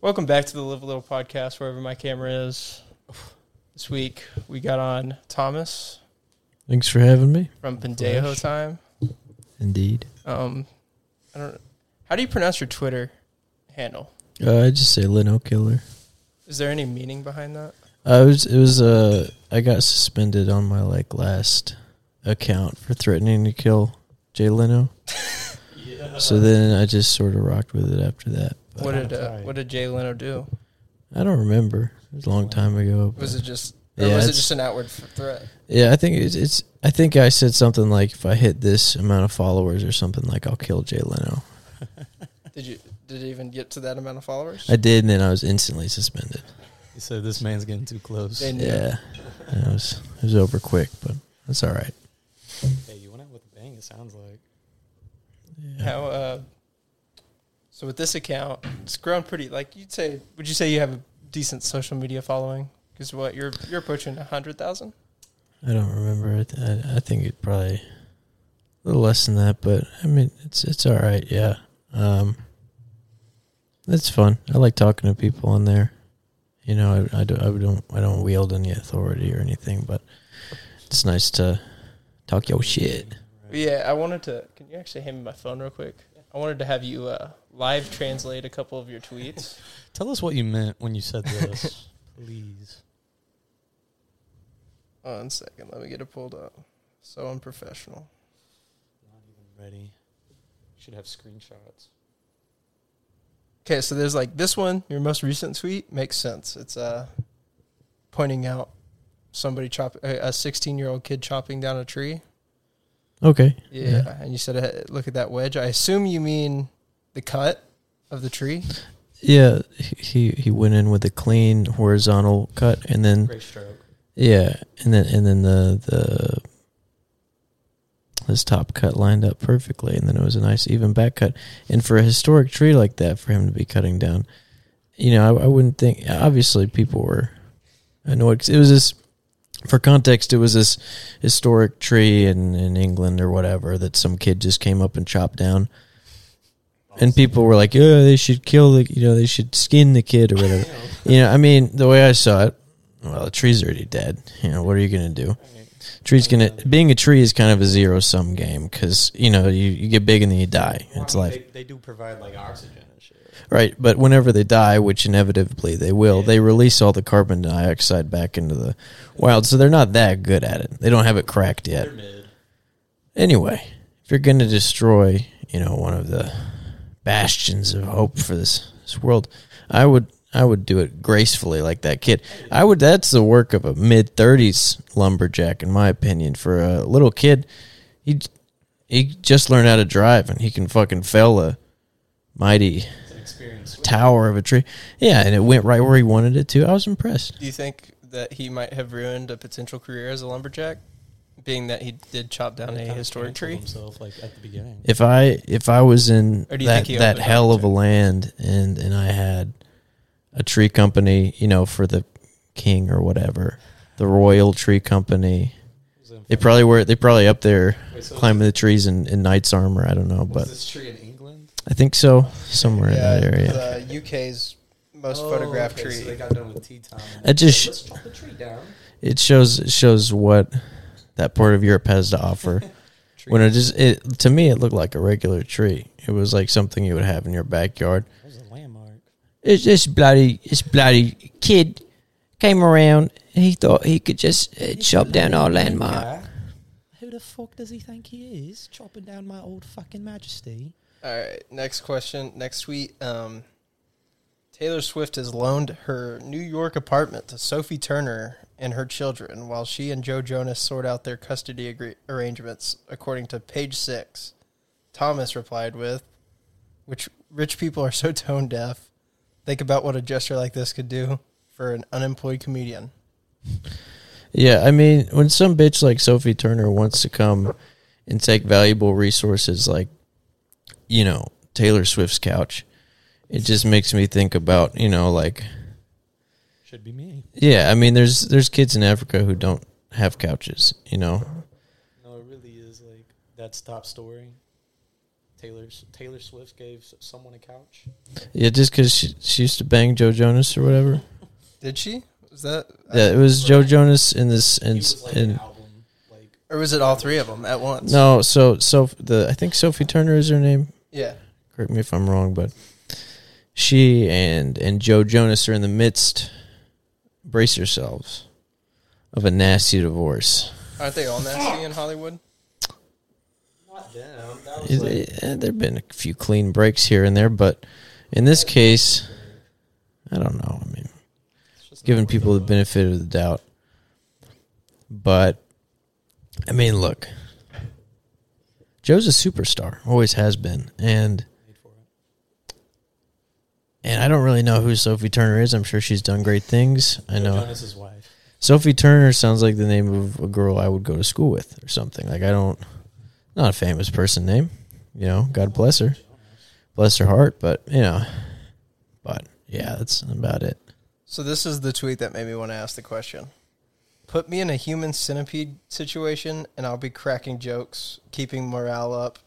Welcome back to the Live a Little podcast, wherever my camera is. This week we got on Thomas Thanks for having me. from Pendejo Time. Indeed. Um, I don't. How do you pronounce your Twitter handle? Uh, I just say Leno Killer. Is there any meaning behind that? I was it was uh I got suspended on my like last account for threatening to kill Jay Leno. yeah. Uh-huh. So then I just sort of rocked with it after that. But What did that's uh, right. What did Jay Leno do? I don't remember. It was a long time ago. but- Was it just? Or Yeah, was it it's- just an outward f- threat? yeah, I think it's, it's I think I said something like if I hit this amount of followers or something like I'll kill Jay Leno. Did you? Did it even get to that amount of followers? I did, and then I was instantly suspended. He said this man's getting too close. They knew. Yeah, it was it was over quick, but that's all right. Hey, you went out with a bang. It sounds like. How? Uh, so with this account, it's grown pretty. Like you'd say, would you say you have a decent social media following? Because what you're you're approaching a hundred thousand. I don't remember. I, th- I, I think it probably a little less than that, but I mean, it's it's all right. Yeah, um, it's fun. I like talking to people on there. You know, I, I, do, I don't I don't wield any authority or anything, but it's nice to talk your shit. Yeah, I wanted to. Can you actually hand me my phone real quick? I wanted to have you uh, live translate a couple of your tweets. Tell us what you meant when you said this, please. One second, let me get it pulled up. So unprofessional. Not even ready. Should have screenshots. Okay, so there's like this one. Your most recent tweet makes sense. It's uh, pointing out somebody chop a 16 year old kid chopping down a tree. Okay. Yeah. And you said, uh, look at that wedge. I assume you mean the cut of the tree. Yeah, he he went in with a clean horizontal cut, and then Great stroke. yeah, and then and then the the his top cut lined up perfectly, and then it was a nice even back cut. And for a historic tree like that, for him to be cutting down, you know, I, I wouldn't think. Obviously, people were annoyed 'cause it was this. For context, it was this historic tree in, in England or whatever that some kid just came up and chopped down. And people were like, "Yeah, they should kill the, you know, they should skin the kid or whatever." you know, I mean, the way I saw it, well, the tree's already dead. You know, what are you going to do? Tree's going to being a tree is kind of a zero sum game because you know you, you get big and then you die. It's life, They, do provide like oxygen and shit. right? But whenever they die, which inevitably they will, they release all the carbon dioxide back into the wild. So they're not that good at it. They don't have it cracked yet. mid. Anyway, if you're going to destroy, you know, one of the bastions of hope for this, this world, I would I would do it gracefully like that kid. I would that's the work of a mid 30s lumberjack in my opinion for a little kid. He he just learned how to drive and he can fucking fell a mighty It's an experience. tower of a tree. Yeah, and it went right where he wanted it to. I was impressed. Do you think that he might have ruined a potential career as a lumberjack, being that he did chop down a historic tree? Himself like at the beginning. if I if I was in Or do you think that he that opened up hell of to- a land and and I had a tree company, you know, for the king or whatever, the royal tree company. They probably were they probably up there Wait, so climbing the trees in, in knight's armor. I don't know, was but this tree in England? I think so, somewhere in that area. The UK's uh, most Oh, photographed okay, tree. So they got done with tea time. It just sh- Let's chop the tree down. It shows it shows what that part of Europe has to offer. when it just it to me it looked like a regular tree. It was like something you would have in your backyard. That was a landmark. it's this bloody this bloody kid came around and he thought he could just uh, chop down our landmark. Who the fuck does he think he is? Chopping down my old fucking majesty. All right. Next question. Next tweet. Um, Taylor Swift has loaned her New York apartment to Sophie Turner and her children while she and Joe Jonas sort out their custody agree- arrangements, according to page six. Thomas replied with, which rich people are so tone deaf. Think about what a gesture like this could do for an unemployed comedian. Yeah, I mean, when some bitch like Sophie Turner wants to come and take valuable resources like, you know, Taylor Swift's couch, it just makes me think about, you know, like, Should be me. yeah, I mean, there's there's kids in Africa who don't have couches, you know. No, it really is like that stop story. Taylor Taylor Swift gave s- someone a couch. Yeah, just because she, she used to bang Joe Jonas or whatever. Did she? Was that? Yeah, it was Joe Jonas in this He and was like an and album like Or was it all three of them at once? no, so so the I think Sophie Turner is her name. Yeah. Correct me if I'm wrong, but she and and Joe Jonas are in the midst. Brace yourselves of a nasty divorce. Aren't they all nasty in Hollywood? not them. That was It- like it- eh, there've been a few clean breaks here and there, but in this case, I don't know. I mean, it's just giving not people the worth it. benefit of the doubt. But I mean, look, Joe's a superstar, always has been, and Paid for it. and I don't really know who Sophie Turner is. I'm sure she's done great things. I Joe know Jonas's wife. Sophie Turner sounds like the name of a girl I would go to school with or something. Like I don't, not a famous person name, you know. God bless her, bless her heart. But you know, but yeah, that's about it. So this is the tweet that made me want to ask the question. Put me in a human centipede situation, and I'll be cracking jokes, keeping morale up,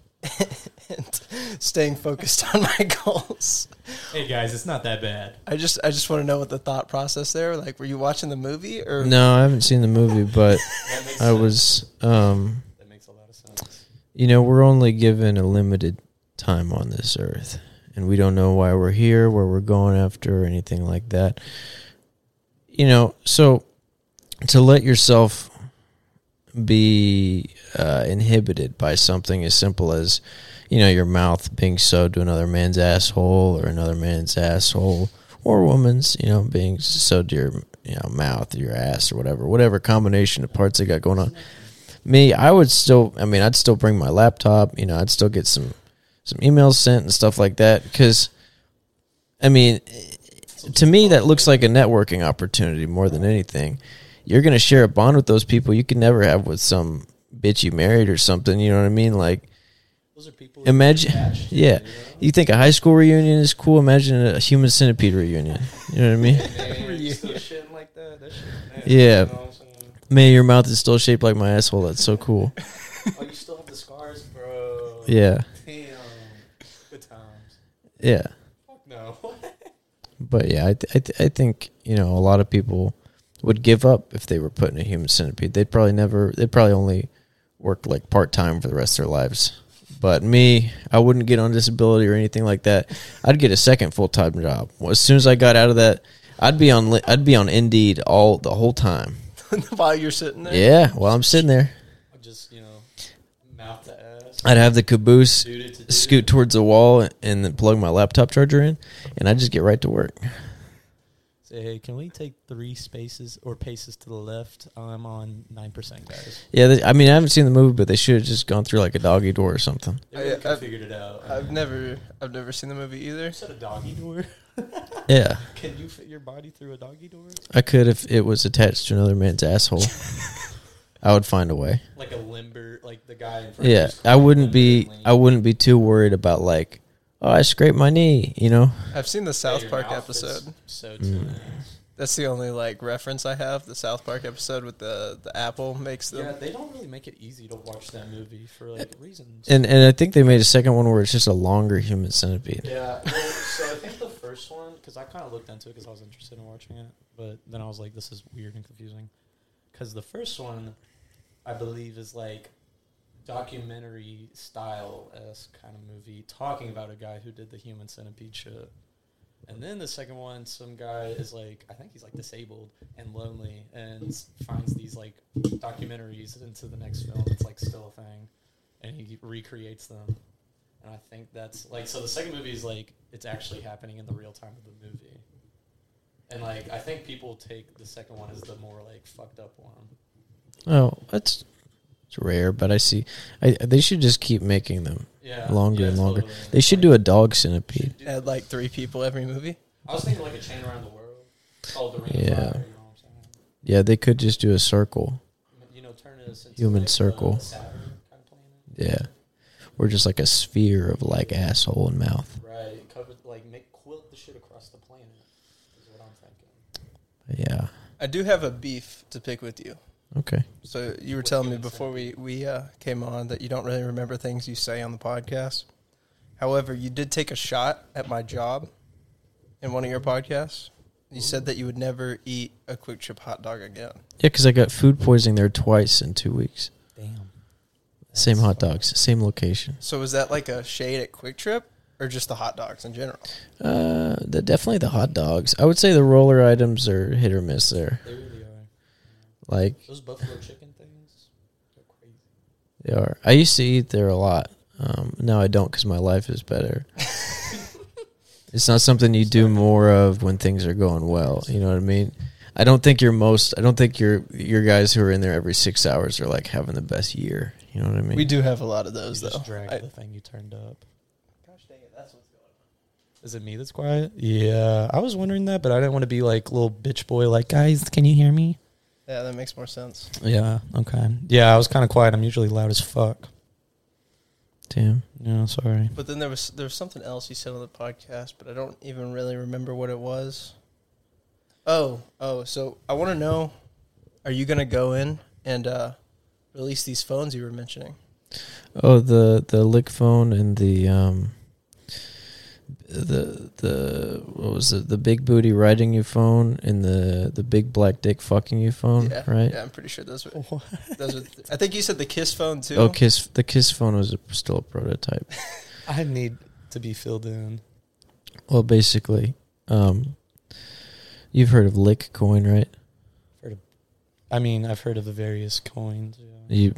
and staying focused on my goals. Hey guys, it's not that bad. I just, I just want to know what the thought process there. Like, were you watching the movie, or No, I haven't seen the movie, but I was. um That makes a lot of sense. You know, we're only given a limited time on this earth, and we don't know why we're here, where we're going after, or anything like that. You know, so to let yourself be uh, inhibited by something as simple as, you know, your mouth being sewed to another man's asshole or another man's asshole or woman's, you know, being sewed to your you know mouth, your ass, or whatever, whatever combination of parts they got going on me, I would still. I mean, I'd still bring my laptop. You know, I'd still get some some emails sent and stuff like that. Because, I mean, to me, that looks like a networking opportunity more than anything. You're going to share a bond with those people you can never have with some bitch you married or something. You know what I mean? Like, Those are people. who imagine, are attached to you, yeah. you know? You think a high school reunion is cool? Imagine a human centipede reunion. You know what I mean? Yeah, so shit like that. That shit. Man, Yeah. You know what I'm saying? Man, your mouth is still shaped like my asshole. That's so cool. Oh, you still have the scars, bro. Yeah, Damn. Good times. yeah. Fuck no. But yeah, I th- I, th- I think you know a lot of people would give up if they were put in a human centipede. They'd probably never. They'd probably only work like part time for the rest of their lives. But me, I wouldn't get on disability or anything like that. I'd get a second full time job as soon as I got out of that. I'd be on Li- I'd be on Indeed all the whole time. while you're sitting there? Yeah, while I'm sitting there, I just you know, mouth to ass. I'd have the caboose Dude it to dude scoot it. towards the wall and then plug my laptop charger in, and I would just get right to work. Say hey, can we take three spaces or paces to the left? I'm on nine percent, guys. Yeah, they, I mean, I haven't seen the movie, but they should have just gone through like a doggy door or something. They I- really I've- figured it out. I've never, I've never seen the movie either. You said a doggy door. Yeah, Can you fit your body through a doggy door? I could if it was attached to another man's asshole. I would find a way. Like a limber, like the guy in front. of Yeah, you's I wouldn't limber be. lean. I wouldn't be too worried about like, oh, I scraped my knee. You know, I've seen the Yeah, South your Park mouth fits episode. So too. Mm. That's the only like reference I have. The South Park episode with the the apple makes them. Yeah, they don't really make it easy to watch that movie for like reasons. and and I think they made a second one where it's just a longer human centipede. Yeah, well, so I think the first one because I kind of looked into it because I was interested in watching it, but then I was like, this is weird and confusing. Because the first one, I believe, is like documentary style esque kind of movie talking about a guy who did the human centipede shit. And then the second one, some guy is like, I think he's like disabled and lonely, and s- finds these like documentaries into the next film. It's like still a thing, and he recreates them. And I think that's like so. The second movie is like it's actually happening in the real time of the movie, and like I think people take the second one as the more like fucked up one. Oh, that's it's rare, but I see. I they should just keep making them. Yeah, Longer yeah, and longer. totally. They should do a dog centipede. Dude, Add like three people every movie. I was thinking like a chain around the world. Called the ring Yeah. of fire. You know what I'm saying? Yeah, they could just do a circle. You know, turn this into Human like, a circle. Saturn kind of planet. Yeah, or just like a sphere of like asshole and mouth. Right, cover like make quilt the shit across the planet. Is what I'm thinking. Yeah. I do have a beef to pick with you. Okay. So you were What's telling me your before we we uh, came on that you don't really remember things you say on the podcast. However, you did take a shot at my job in one of your podcasts. You said that you would never eat a quick chip hot dog again. Yeah, because I got food poisoning there twice in two weeks. Damn. Same hot dogs, same location. So was that like a shade at Quick Trip or just the hot dogs in general? Uh, the, definitely the hot dogs. I would say the roller items are hit or miss there. They really are. Like Those buffalo chicken things, they're crazy. they are. I used to eat there a lot. Um, now I don't because my life is better. it's not something you do more of when things are going well. You know what I mean? I don't think your most. I don't think your your guys who are in there every six hours are like having the best year. You know what I mean? We do have a lot of those You though. just drag I- the thing you turned up. Gosh dang it, that's what's going on. Is it me that's quiet? Yeah, I was wondering that, but I didn't want to be like little bitch boy. Like, guys, can you hear me? Yeah, that makes more sense. Yeah. Okay. Yeah, I was kind of quiet. I'm usually loud as fuck. Damn. Yeah, sorry. But then there was there was something else you said on the podcast, but I don't even really remember what it was. Oh, oh, so I want to know are you going to go in and uh release these phones you were mentioning? Oh, the the lick phone and the um the the what was it? The big booty riding you phone and the the big black dick fucking you phone, yeah. right? Yeah, I'm pretty sure those were those were I think you said the Kiss phone too. Oh, kiss the kiss phone was a, still a prototype. I need to be filled in. well, basically, um, you've heard of lick coin, right? I mean, I've heard of the various coins. Yeah. You,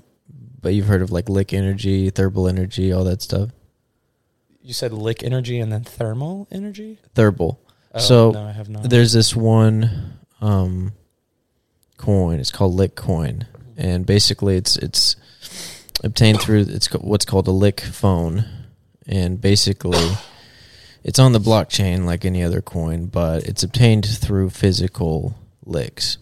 but you've heard of like lick energy, thermal energy, all that stuff. You said lick energy and then thermal energy. Oh, Thermal. So, no, I have not. there's this one um coin it's called lick coin and basically it's it's obtained through it's ca- what's called a lick phone and basically it's on the blockchain like any other coin but it's obtained through physical licks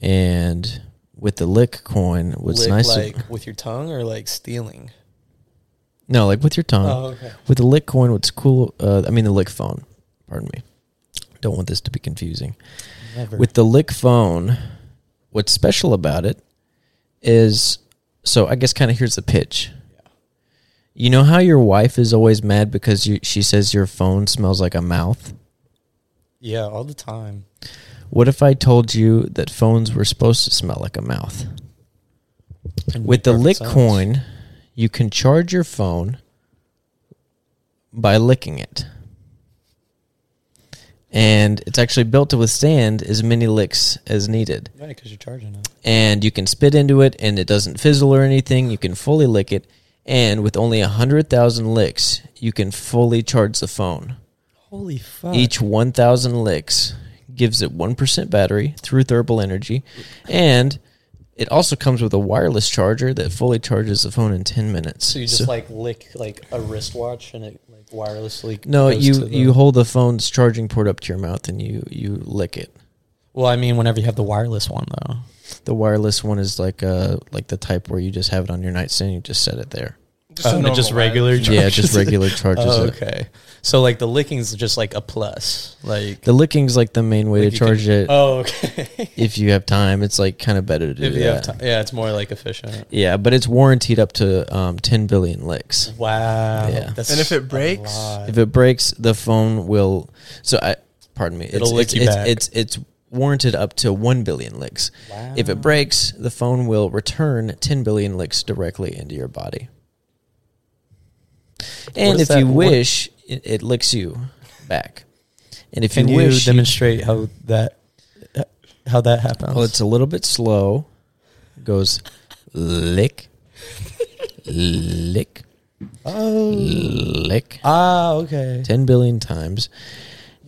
and with the lick coin what's lick nice like with your tongue or like stealing. no like with your tongue oh, okay. with the lick coin what's cool uh, i mean the lick phone pardon me don't want this to be confusing Never. With the Lick phone, what's special about it is so I guess kind of here's the pitch. Yeah. You know how your wife is always mad because you, she says your phone smells like a mouth? yeah, all the time. What if I told you that phones were supposed to smell like a mouth? And With the perfect Lick sense. coin, you can charge your phone by licking it. And it's actually built to withstand as many licks as needed. Right, because you're charging it. and you can spit into it and it doesn't fizzle or anything. You can fully lick it. And with only 100,000 licks, you can fully charge the phone. Holy fuck! Each 1,000 licks gives it 1% battery through thermal energy. And it also comes with a wireless charger that fully charges the phone in 10 minutes. so you just like lick like a wristwatch and it like wirelessly. no, goes you, to the- you hold the phone's charging port up to your mouth and you, you lick it. Well, I mean, whenever you have the wireless one though. The wireless one is like uh like the type where you just have it on your nightstand, you just set it there. a Oh, normal just line. regular. Yeah, Uh, just charges. regular charges. Oh, it. okay. So like the licking's just like a plus. Like The licking's like the main way like to you charge can- it. Oh, okay. If you have time, it's like kind of better to do if that. you have time, yeah, it's more like efficient. Yeah, but it's warranted up to um, 10 billion licks. Wow. Yeah. That's And if it a breaks? lot. If it breaks, the phone will. So I, pardon me. It's, It'll lick it's, you it's, back. It's, it's warranted up to 1 billion licks. wow. If it breaks, the phone will return 10 billion licks directly into your body. And does if you that- what- wish, it, it licks you back. And if can you, you, wish, you demonstrate how that how that happens? Well, oh, it's a little bit slow. Goes lick, lick, oh. lick. Ah, okay. 10 billion times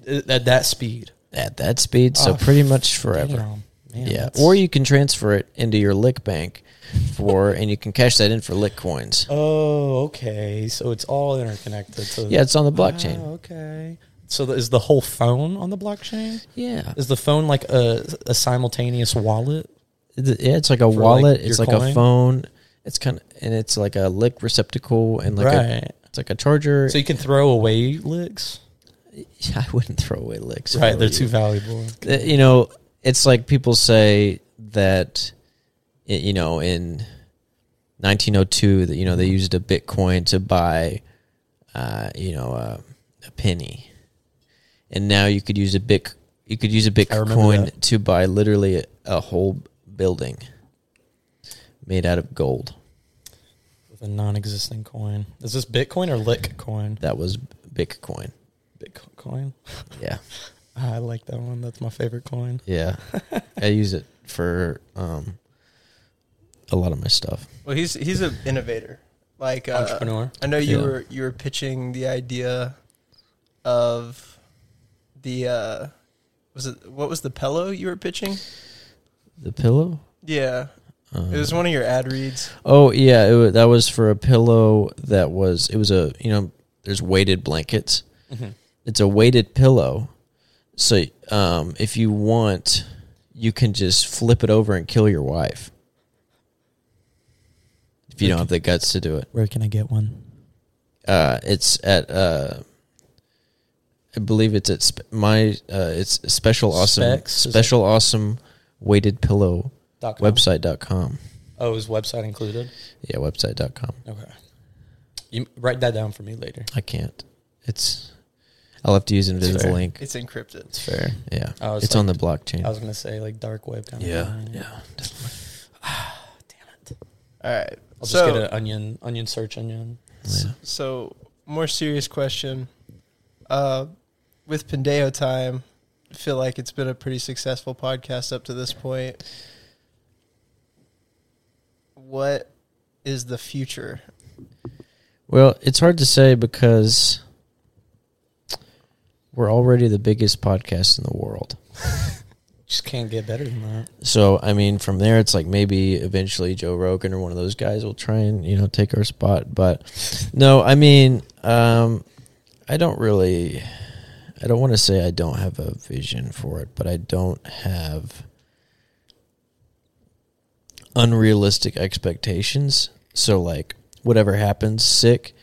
At that speed. at that speed. So Oh, pretty much forever. Damn, man, Yeah. that's- Or you can transfer it into your lick bank for, and you can cash that in for lick coins. Oh, okay. So it's all interconnected. To Yeah, it's on the blockchain. Ah, okay. So th- is the whole phone on the blockchain? Yeah. Is the phone like a a simultaneous wallet? Th- Yeah, it's like a For, like, wallet. your it's like a coin? phone. It's kind of, and it's like a lick receptacle and like a, right. it's like a charger. so you can throw away licks. I wouldn't throw away licks. if I Right, were they're you. too valuable. Uh, you know, it's like people say that, i- you know, oh in 1902, that you know they used a Bitcoin to buy uh, you know, uh, a penny, and now you could use a bit. You could use a Bitcoin that. to buy literally a, a whole building made out of gold. with a non-existent coin. Is this Bitcoin or Lick coin? That was Bitcoin. Bitcoin. Ah, Yeah, I like that one. That's my favorite coin. yeah. I use it for um, a lot of my stuff. Well, he's he's an innovator. Like uh, Entrepreneur. I know you Yeah. were you were pitching the idea of the uh, was it what was the pillow you were pitching? The pillow. Yeah, Uh, it was one of your ad reads. Oh yeah, it wa that was for a pillow that was it was a you know there's weighted blankets. Mm-hmm. It's a weighted pillow, so um, if you want, you can just flip it over and kill your wife. If you don't have the guts to do it, Where can I get one? uh, it's at uh, I believe it's at sp- my uh, it's special awesome Specs, is it? special awesome weighted pillow Dot com. website.com. Oh, is website included? Yeah, website.com. Okay. You write that down for me later. I can't. It's. I'll have to use invisible fair. ink. It's encrypted. It's fair. Yeah, I was it's on the like- blockchain. I was gonna say like dark web kind of. yeah, thing. yeah. All right. I'll so just get an onion, onion search onion. yeah. so more serious question. Uh, with Pandeo time, I feel like it's been a pretty successful podcast up to this point. What is the future? Well, it's hard to say because we're already the biggest podcast in the world. Just can't get better than that. So I mean, from there, it's like maybe eventually Joe Rogan or one of those guys will try and you know take our spot. But no, I mean, um, I don't really. I don't want to say I don't have a vision for it, but I don't have unrealistic expectations. So like whatever happens, sick.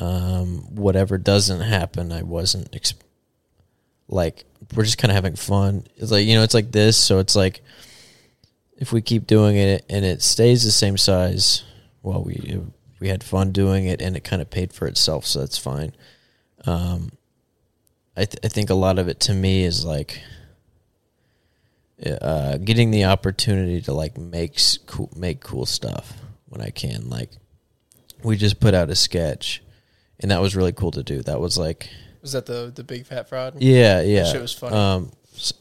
Um, whatever doesn't happen, I wasn't ex- like we're just kind of having fun. It's like you know, it's like this, so it's like if we keep doing it and it stays the same size, well, we we had fun doing it and it kind of paid for itself, so that's fine. Um, I th- I think a lot of it to me is like uh, getting the opportunity to like make s- cool make cool stuff when I can. Like we just put out a sketch, and that was really cool to do. That was like Was that the the big fat fraud? yeah, yeah. shit was funny. Um, s-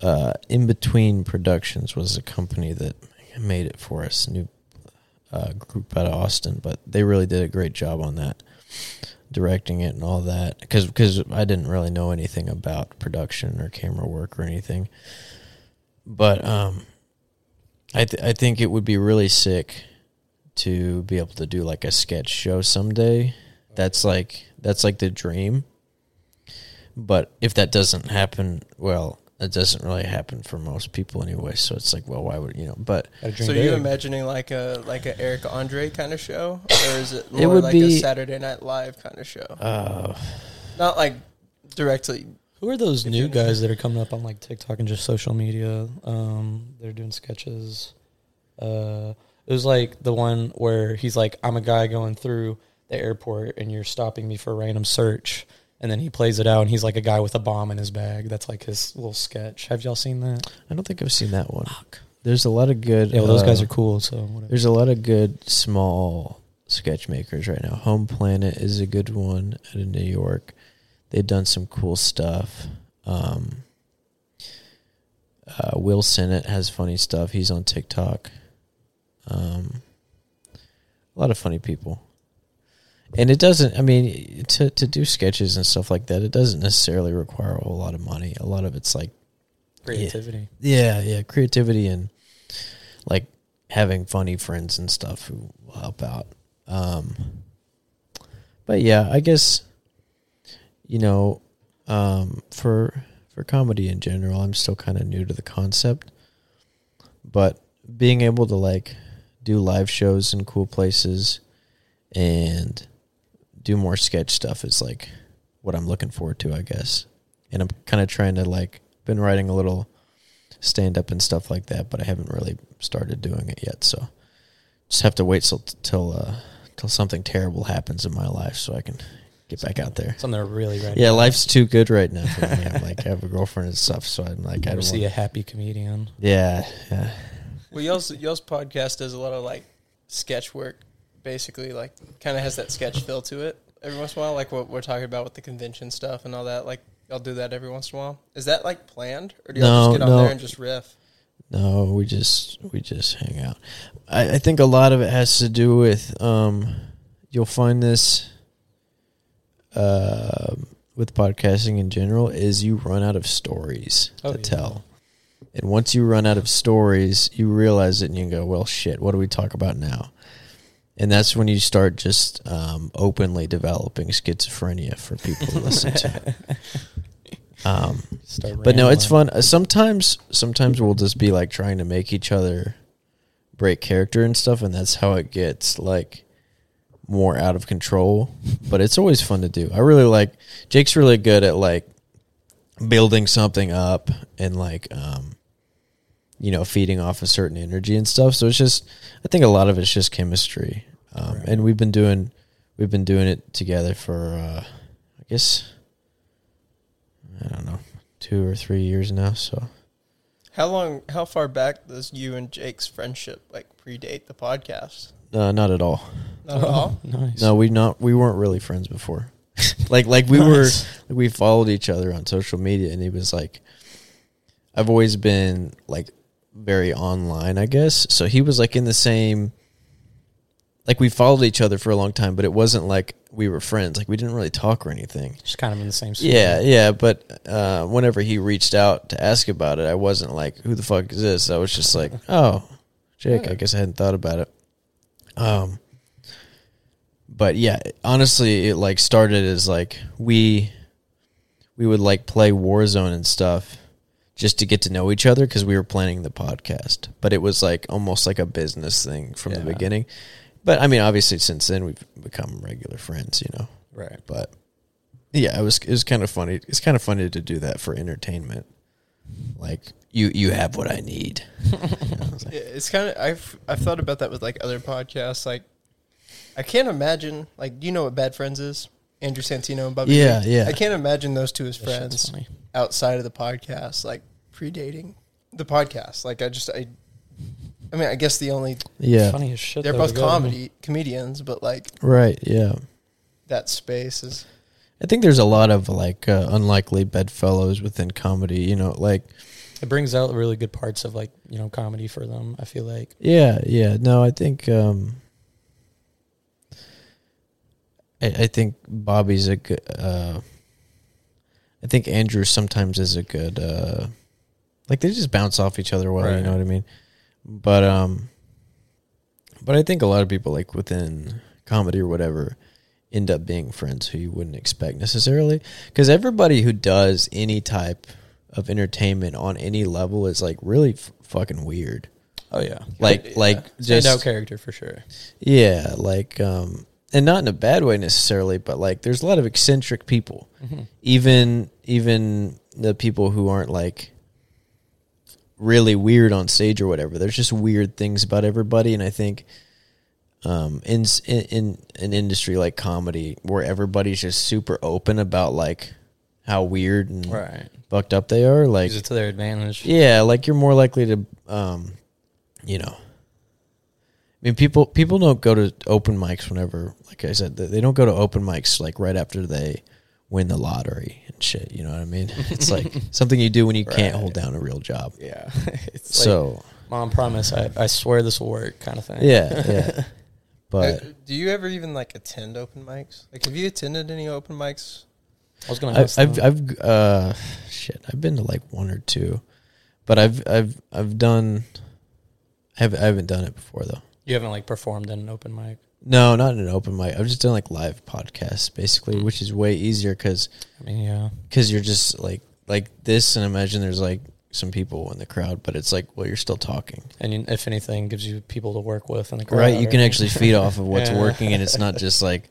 uh, in between productions was a company that made it for us, new uh, group out of Austin, but they really did a great job on that, directing it and all that. Because I didn't really know anything about production or camera work or anything, but um, I th- I think it would be really sick to be able to do like a sketch show someday. That's like that's like the dream but if that doesn't happen, well, it doesn't really happen for most people anyway. So it's like, well, why would you know? But Gotta dream So you big. imagining like a like a Eric Andre kind of show, or is it more would like be- a Saturday Night Live kind of show? uh, Not like directly. Who are those If new you're- guys that are coming up on like TikTok and just social media? Um, they're doing sketches. Uh, it was like the one where he's like, "I'm a guy going through the airport, and you're stopping me for a random search." And then he plays it out, and he's like a guy with a bomb in his bag. That's like his little sketch. Have y'all seen that? I don't think I've seen that one. There's a lot of good. Yeah, well, those uh, guys are cool. So whatever. There's a lot of good small sketch makers right now. Home Planet is a good one out of New York. They've done some cool stuff. Um, uh, Will Sennett has funny stuff. He's on TikTok. Um, a lot of funny people. And it doesn't, I mean, to, to do sketches and stuff like that, it doesn't necessarily require a whole lot of money. A lot of it's like creativity. yeah, yeah, creativity and like having funny friends and stuff who will help out. Um, but yeah, I guess you know, um, for for comedy in general, I'm still kind of new to the concept, but being able to like do live shows in cool places and do more sketch stuff is like what I'm looking forward to, I guess. And I'm kind of trying to like been writing a little stand up and stuff like that, but I haven't really started doing it yet. So just have to wait till till uh, till something terrible happens in my life, so I can get back out there. Something that really right. Yeah, life's too good right now for me. I'm like, I have a girlfriend and stuff, so I'm like, I I don't see want. a happy comedian. Yeah, yeah. Well, y'all's, y'all's podcast does a lot of like sketch work, basically, like kind of has that sketch feel to it every once in a while, like what we're talking about with the convention stuff and all that. Like, y'all do that every once in a while. Is that like planned? Or do y'all No, just get on no. there and just riff? No, we just we just hang out. I, I think a lot of it has to do with um, you'll find this uh, with podcasting in general is you run out of stories Oh, to yeah. tell, and once you run out of stories, you realize it and you go, well, shit, what do we talk about now? And that's when you start just um, openly developing schizophrenia for people to listen to. Um, Start but no, it's rambling. fun. Uh, Sometimes, sometimes we'll just be like trying to make each other break character and stuff, and that's how it gets like more out of control. But it's always fun to do. I really like Jake's really good at like building something up and like um you know feeding off a certain energy and stuff. So it's just I think a lot of it's just chemistry. Um, Right. And we've been doing we've been doing it together for uh I guess I don't know two or three years now. So How long, how far back does you and Jake's friendship like predate the podcast? uh, not at all. Not Oh. at all. Oh, Nice. No, we not we weren't really friends before. like like we were Nice. we followed each other on social media and he was like I've always been like very online, I guess. So he was like in the same like we followed each other for a long time, but it wasn't like we were friends. Like we didn't really talk or anything. just kind of in the same. sphere. Yeah, yeah, but uh, whenever he reached out to ask about it, I wasn't like, "Who the fuck is this?" I was just like, "Oh, Jake." I guess I hadn't thought about it. Um, but yeah, honestly, it like started as like we we would like play Warzone and stuff just to get to know each other because we were planning the podcast. But it was like almost like a business thing from the Yeah. beginning. But I mean, obviously, since then we've become regular friends. You know Right. but yeah, it was it was kind of funny. It's kind of funny to do that for entertainment. Like you you have what I need. You know, it's like- Yeah, it's kind of I've I've thought about that with like other podcasts. Like, I can't imagine like you know what Bad Friends is Andrew Santino and Bobby. Yeah, Lee? yeah. I can't imagine those two as That shit's friends funny. Uh, outside of the podcast, like predating the podcast. Like I just I, I mean I guess the only yeah. Funny as shit. they're though, both to go to. comedy comedians, but like Right. Yeah. that space is I think there's a lot of like uh, unlikely bedfellows within comedy. You know, like It brings out really good parts of like you know comedy for them. I feel like yeah, yeah. No, I think um, I, I think Bobby's a good. Uh, I think Andrew sometimes is a good. Uh, like they just bounce off each other well. You Right. know what I mean? But um, but I think a lot of people like within comedy or whatever end up being friends who you wouldn't expect necessarily because everybody who does any type of entertainment on any level is like really f- fucking weird oh yeah, like Yeah. like just out just character for sure. yeah like um and not in a bad way necessarily but like there's a lot of eccentric people even even the people who aren't like really weird on stage or whatever there's just weird things about everybody and i think um in s- in, in an industry like comedy where everybody's just super open about like how weird and Right, fucked up they are like use it to their advantage. yeah, like you're more likely to, um, you know. I mean, people people don't go to open mics whenever, like I said, they- they don't go to open mics like right after they win the lottery and shit. You know what I mean? It's like something you do when you can't Right. hold down a real job. Yeah, it's like, So mom, promise, I, I swear this will work, kind of thing. yeah, yeah. But Uh, do you ever even like attend open mics? Like have you attended any open mics? I was gonna. I, Ask I've them. I've uh shit. I've been to like one or two, but I've I've I've done. I haven't, I haven't done it before though. you haven't like performed in an open mic. No, not in an open mic. I've just done like live podcasts basically, which is way easier because I mean, yeah, you're just like like this, and imagine there's like some people in the crowd, but it's like well, you're still talking, and you, if anything, gives you people to work with in the crowd. right? You or- can actually feed off of what's Yeah. working, and it's not just like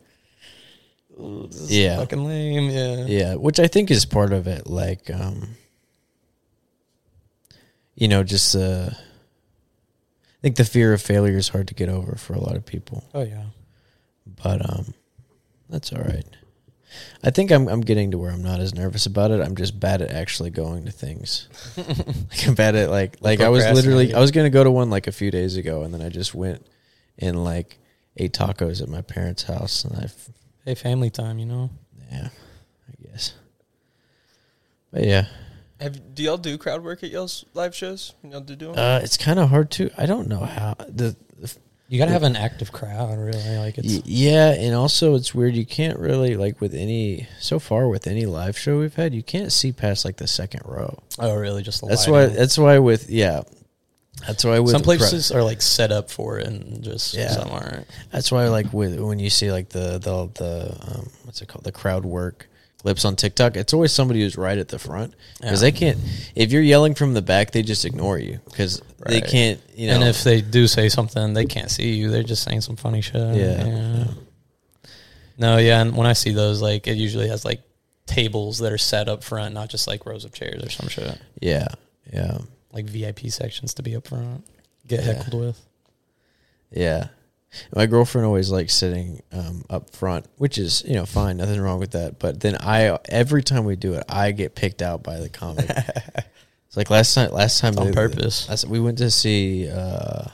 Ooh, this is Yeah. fucking lame. Yeah, yeah, which I think is part of it. Like, um, you know, just uh, I think the fear of failure is hard to get over for a lot of people. Oh yeah, but um, that's all right. I think I'm I'm getting to where I'm not as nervous about it. I'm just bad at actually going to things. like I'm bad at like like I was literally I was gonna go to one like a few days ago, and then I just went and like ate tacos at my parents' house, and I f- Hey, family time, you know? yeah, I guess. But yeah, Have do y'all do crowd work at y'all's live shows? Y'all do do 'em? uh, it's kind of hard to. I don't know how the You gotta have an active crowd, really. Like it's Y- yeah, and also it's weird. You can't really like with any so far with any live show we've had, you can't see past like the second row. oh, really just the That's why. lighting. That's why with yeah. That's why with Some cra- places are like set up for it, and just Yeah. some aren't. That's why like with when you see like the the the um, what's it called the crowd work clips on TikTok, it's always somebody who's right at the front because Yeah. they can't. If you're yelling from the back, they just ignore you because they Right. can't. You know, And if they do say something, they can't see you. They're just saying some funny shit. Yeah. No, yeah, and when I see those, like it usually has like tables that are set up front, not just like rows of chairs or some shit. yeah, yeah, Like VIP sections to be up front, get Yeah. heckled with. Yeah. My girlfriend always likes sitting um, up front, which is, you know, fine, nothing wrong with that. But then I every time we do it, I get picked out by the comic. it's like last time last time It's on they- purpose. last- we went to see uh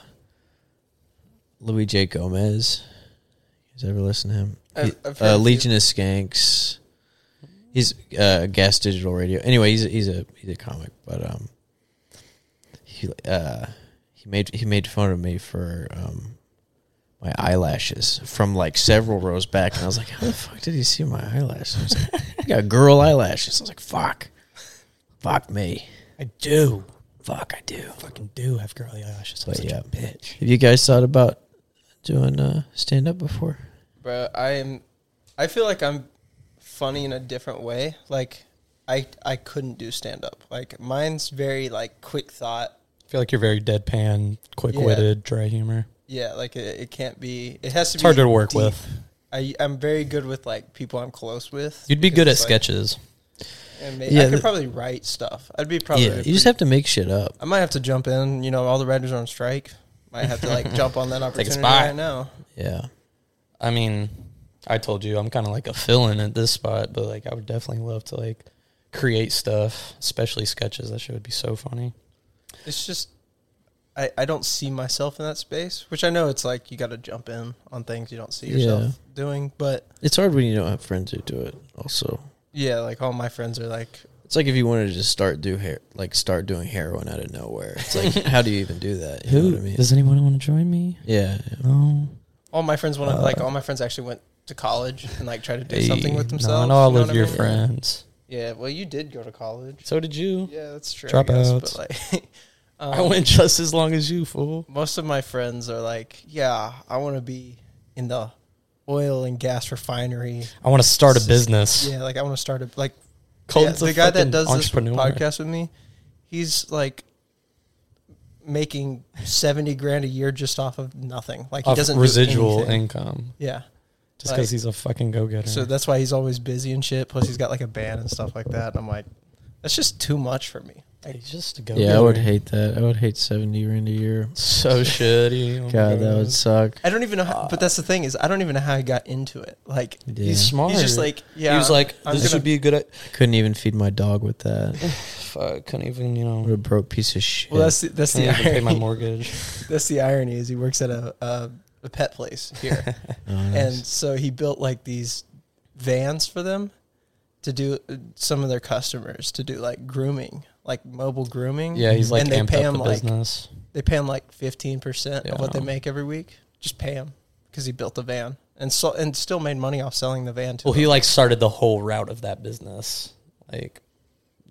Louis J. Gomez. You guys ever listen to him? I've- He- I've heard uh, of you. Legion of Skanks. He's uh, Gas Digital Radio. Anyway, he's a, he's a he's a comic, but um, he uh he made he made fun of me for um my eyelashes from like several rows back, and I was like, how the fuck did he see my eyelashes? I was like, I got girl eyelashes. I was like, fuck, fuck me, I do fuck, I do. fucking do have girly eyelashes. But yeah, bitch. Have you guys thought about doing uh stand up before? Bro, I am. I feel like I'm funny in a different way. Like, I I couldn't do stand up. Like, mine's very like quick thought. I feel like you're very deadpan, quick witted, dry humor. Yeah, like it, it can't be. It has to. It's be hard to work deep. with. I I'm very good with like people I'm close with. You'd be because good at it's, like, sketches. And ma- Yeah, I could the- probably write stuff. I'd be probably. yeah, you just have to make shit up. I might have to jump in. You know, all the writers are on strike. Might have to like jump on that opportunity spot. right now. Yeah, I mean, I told you I'm kind of like a fill-in at this spot, but like I would definitely love to like create stuff, especially sketches. That shit would be so funny. It's just. I, I don't see myself in that space, which I know it's like you got to jump in on things you don't see yourself Yeah. doing. But it's hard when you don't have friends who do it. Also, yeah, like all my friends are like, It's like if you wanted to just start do hair, like start doing heroin out of nowhere. It's like, how do you even do that? You know what I mean? Does anyone want to join me? Yeah, No. all my friends want to Uh, like all my friends actually went to college and like tried to do something with themselves. Not all you know of what I your mean? friends. Yeah, well, you did go to college. So did you. Yeah, that's true. I guess, Mm-hmm. Dropouts. but like, um, I went just as long as you, fool. Most of my friends are like, yeah, I want to be in the oil and gas refinery. I want to start a business. Yeah, like I want to start a like. Yeah, Colton's a the guy that fucking does this entrepreneur. podcast with me, he's like making seventy grand a year just off of nothing. Like he Off doesn't do residual anything. income, yeah, just because Like- he's a fucking go-getter. so that's why he's always busy and shit. Plus, he's got like a band and stuff like that. And I'm like, that's just too much for me. Like, he's just a yeah. go-getter. I would hate that. I would hate seventy rand a year. So shitty. Oh my God, that would suck. I don't even know. How, but that's the thing is, I don't even know how he got into it. Like Yeah. He's smart. he's just like, yeah, he was like, I'm this gonna- would be a good. i- couldn't even feed my dog with that. Fuck, couldn't even you What know. a broke piece of shit. Well, that's the, that's the Couldn't even pay my irony. mortgage. That's the irony is he works at a a, a pet place here, Oh, nice. and so he built like these vans for them to do uh, some of their customers to do like grooming, like mobile grooming. Yeah, he's like and they amped pay up him the like business. they pay him like fifteen percent of what they Yeah. make every week. Just pay him because he built the van and so and still made money off selling the van to. Well, them. he like started the whole route of that business, like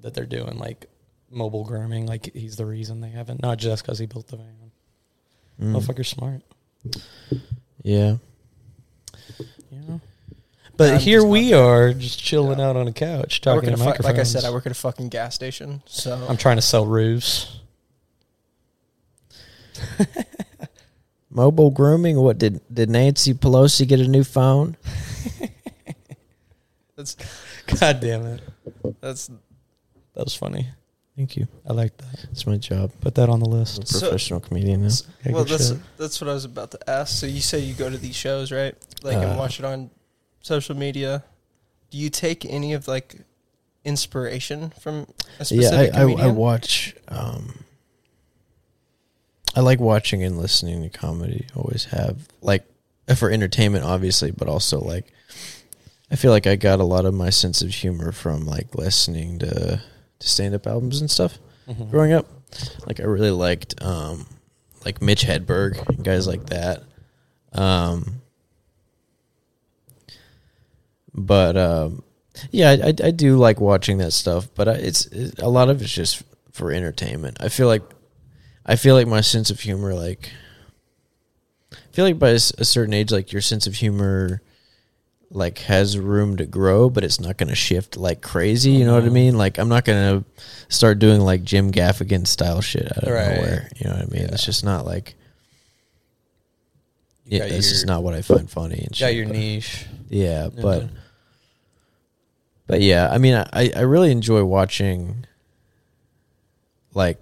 that they're doing, like mobile grooming. Like he's the reason they haven't, not just because he built the van. Mm. Motherfucker's smart, yeah. you know. But I'm here just not we are, just chilling Yeah. out on a couch I work talking at a to fu- microphones. like I said, I work at a fucking gas station, so I'm trying to sell roofs. Mobile grooming. What did did Nancy Pelosi get a new phone? that's God damn it, that's that was funny. Thank you. I like that. It's my job. Put that on the I'm list. a So- professional comedian now. Yeah, well, good that's shit. that's what I was about to ask. So you say you go to these shows, right? Like Uh, and watch it on social media. Do you take any of like inspiration from a Yeah, specific I, I, I comedian? watch. Um, I like watching and listening to comedy. Always have like for entertainment, obviously, but also like I feel like I got a lot of my sense of humor from like listening to to stand up albums and stuff Mhm. growing up. Like I really liked um like Mitch Hedberg and guys like that. Um but um yeah, I, I, I do like watching that stuff, but I, it's it, a lot of it's just for entertainment. I feel like I feel like my sense of humor like I feel like by a s- a certain age like your sense of humor like has room to grow, but it's not going to shift like crazy. You know what I Mhm. mean? Like I'm not going to start doing like Jim Gaffigan style shit out of Right. nowhere. You know what I mean? It's Yeah. just not like yeah, You got this your- is not what I find funny. And you got shit, your but- niche. Yeah, Yeah. but but yeah, I mean, I I really enjoy watching like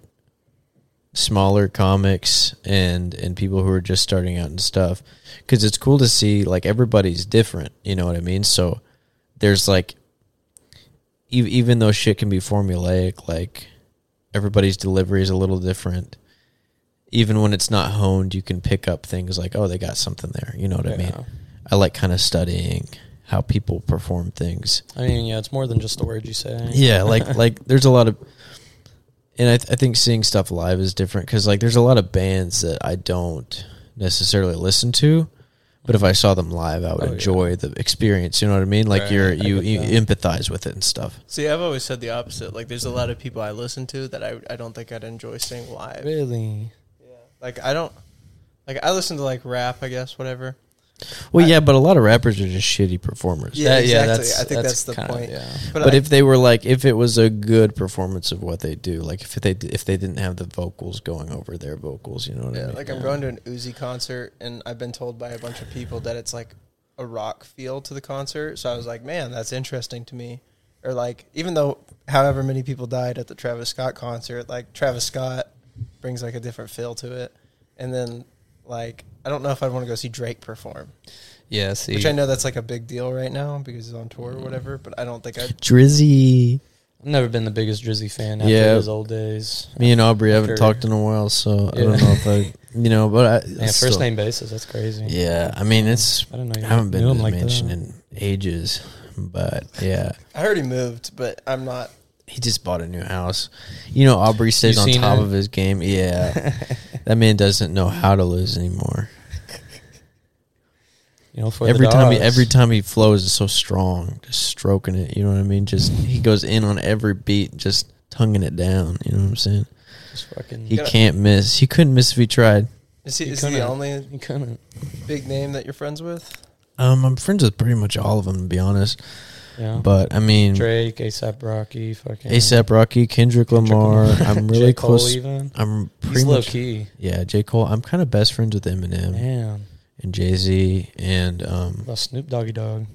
smaller comics and and people who are just starting out and stuff because it's cool to see like everybody's different. You know what I mean? So there's like ev- even though shit can be formulaic, like everybody's delivery is a little different. Even when it's not honed, you can pick up things like, oh, they got something there. You know what I mean? Yeah. I like kind of studying how people perform things. I mean, yeah, it's more than just the word you say. Yeah, like like there's a lot of, and I th- I think seeing stuff live is different because like there's a lot of bands that I don't necessarily listen to, but if I saw them live, I would Oh, yeah. enjoy the experience. You know what I mean? Like Right, you're I you, get you that. empathize with it and stuff. See, I've always said the opposite. Like, there's a lot of people I listen to that I I don't think I'd enjoy seeing live. really. Like, I don't like I listen to like rap, I guess, whatever. Well, I- yeah, but a lot of rappers are just shitty performers. Yeah, exactly. I think that's the kinda- point. Yeah. But, but I, if they were like if it was a good performance of what they do like if they if they didn't have the vocals going over their vocals you know what i yeah, mean like I'm going to an Uzi concert, and I've been told by a bunch of people that it's like a rock feel to the concert. So I was like, man, that's interesting to me. Or like, even though however many people died at the Travis Scott concert, like Travis Scott brings like a different feel to it. And then like, I don't know if I'd want to go see Drake perform, Yeah. See, which I know that's like a big deal right now because he's on tour or whatever. But I don't think I'd drizzy I've never been the biggest Drizzy fan after Yeah. his old days. Me and Aubrey Sure. haven't talked in a while, so I Yeah. don't know if I, you know, but I, Yeah, still- first name basis. That's crazy. Yeah, I mean, it's I don't know. I you haven't been knew to him the like mansion that. in ages, but yeah, I heard he moved, but I'm not. he just bought a new house. You know, Aubrey stays You on seen top it? of his game. Yeah, that man doesn't know how to lose anymore. You know, for the every time he dogs. every time he flows is so strong, just stroking it. You know what I mean? Just he goes in on every beat, just tonguing it down. You know what I'm saying? Just fucking. He Yeah. can't miss. He couldn't miss if he tried. Is he, You is he the kinda- only he couldn't. big name that you're friends with? Um, I'm friends with pretty much all of them, to be honest. Yeah. But I mean, Drake, ASAP Rocky, fucking ASAP Rocky, Kendrick Lamar. I'm J. really Cole close. Even I'm pretty he's low much key. yeah. J Cole. I'm kind of best friends with Eminem Man, and Jay Z, and um, about Snoop Doggy Dog.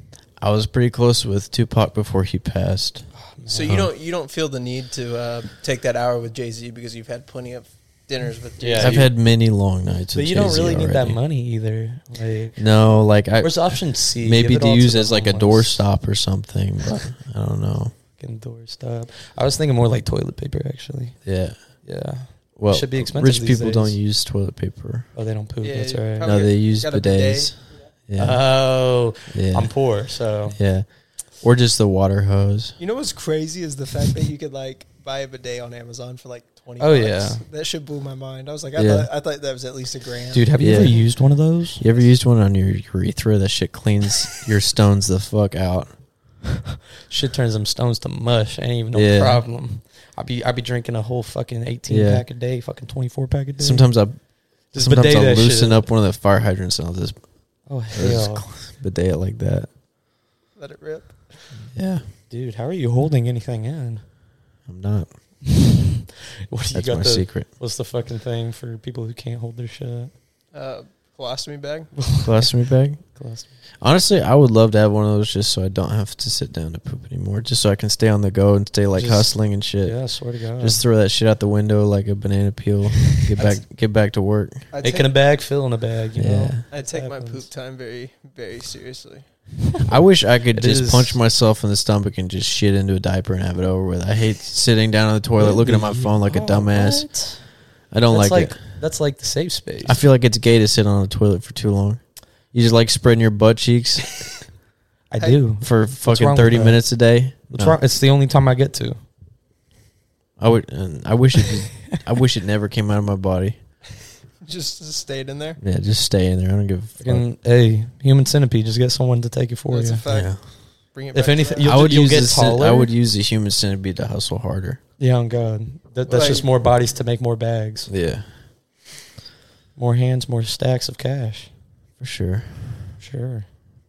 I was pretty close with Tupac before he passed. So Uh-huh. you don't you don't feel the need to uh, take that hour with Jay Z because you've had plenty of dinners with Jay Yeah, Z. I've you- had many long nights. But with you don't Jay-Z really need that already. money either. Like, No, like I where's option C? maybe Give it to all use the as like a homeless. doorstop or something. But I don't know. Fucking doorstop. I was thinking more like toilet paper actually. Yeah. Yeah. Well, Should be expensive rich these people don't days. use toilet paper. Oh, they don't poop. Yeah, That's you right. probably- No, got- they use got a bidet. bidets. Yeah. Oh, yeah. I'm poor, so yeah. Or just the water hose. You know what's crazy is the fact that you could like buy a bidet on Amazon for like twenty. Oh, bucks. yeah. that should blew my mind. I was like, I Yeah. thought I thought that was at least a grand. dude, have you Yeah. ever used one of those? You ever used one on your urethra? That shit cleans your stones the fuck out. Shit turns them stones to mush. Ain't even no Yeah. problem. I be I be drinking a whole fucking eighteen Yeah. pack a day, fucking twenty four pack a day. Sometimes I Just sometimes bidet I'll that loosen shit. up one of the fire hydrants and I'll just Oh just hell, bidet it like that. Let it rip. Yeah, dude, how are you holding anything in? I'm not. What do you That's got? my the, secret. What's the fucking thing for people who can't hold their shit? Uh, Colostomy bag. Colostomy bag. Colostomy. Honestly, I would love to have one of those just so I don't have to sit down to poop anymore. Just so I can stay on the go and stay like Just- hustling and shit. Yeah, I swear to God. Just throw that shit out the window like a banana peel. Get back, get back to work. I Making take, a bag, fill in a bag, you know? Yeah, I take my happens. poop time very, very seriously. I wish I could It just is- punch myself in the stomach and just shit into a diaper and have it over with. I hate sitting down on the toilet looking at my phone like a Oh, dumbass. what? I don't That's like, like, it. that's like the safe space. I feel like it's gay to sit on the toilet for too long. You just like spreading your butt cheeks I do. for wrong fucking with thirty that? minutes a day. What's No. wrong? It's the only time I get to. I would. and I wish it. Just, I wish it never came out of my body. Just stayed in there. Yeah, just stay in there. I don't give a fuck. Fucking, hey, human centipede, just get someone to take it for That's you. a fact. Yeah. Bring it. If back to anything- that. You'll I ju- would you'll use get the cen- I taller? would use the human centipede to hustle harder. yeah, on God. That, that's Like- just more bodies to make more bags, Yeah, more hands, more stacks of cash. for sure. Sure.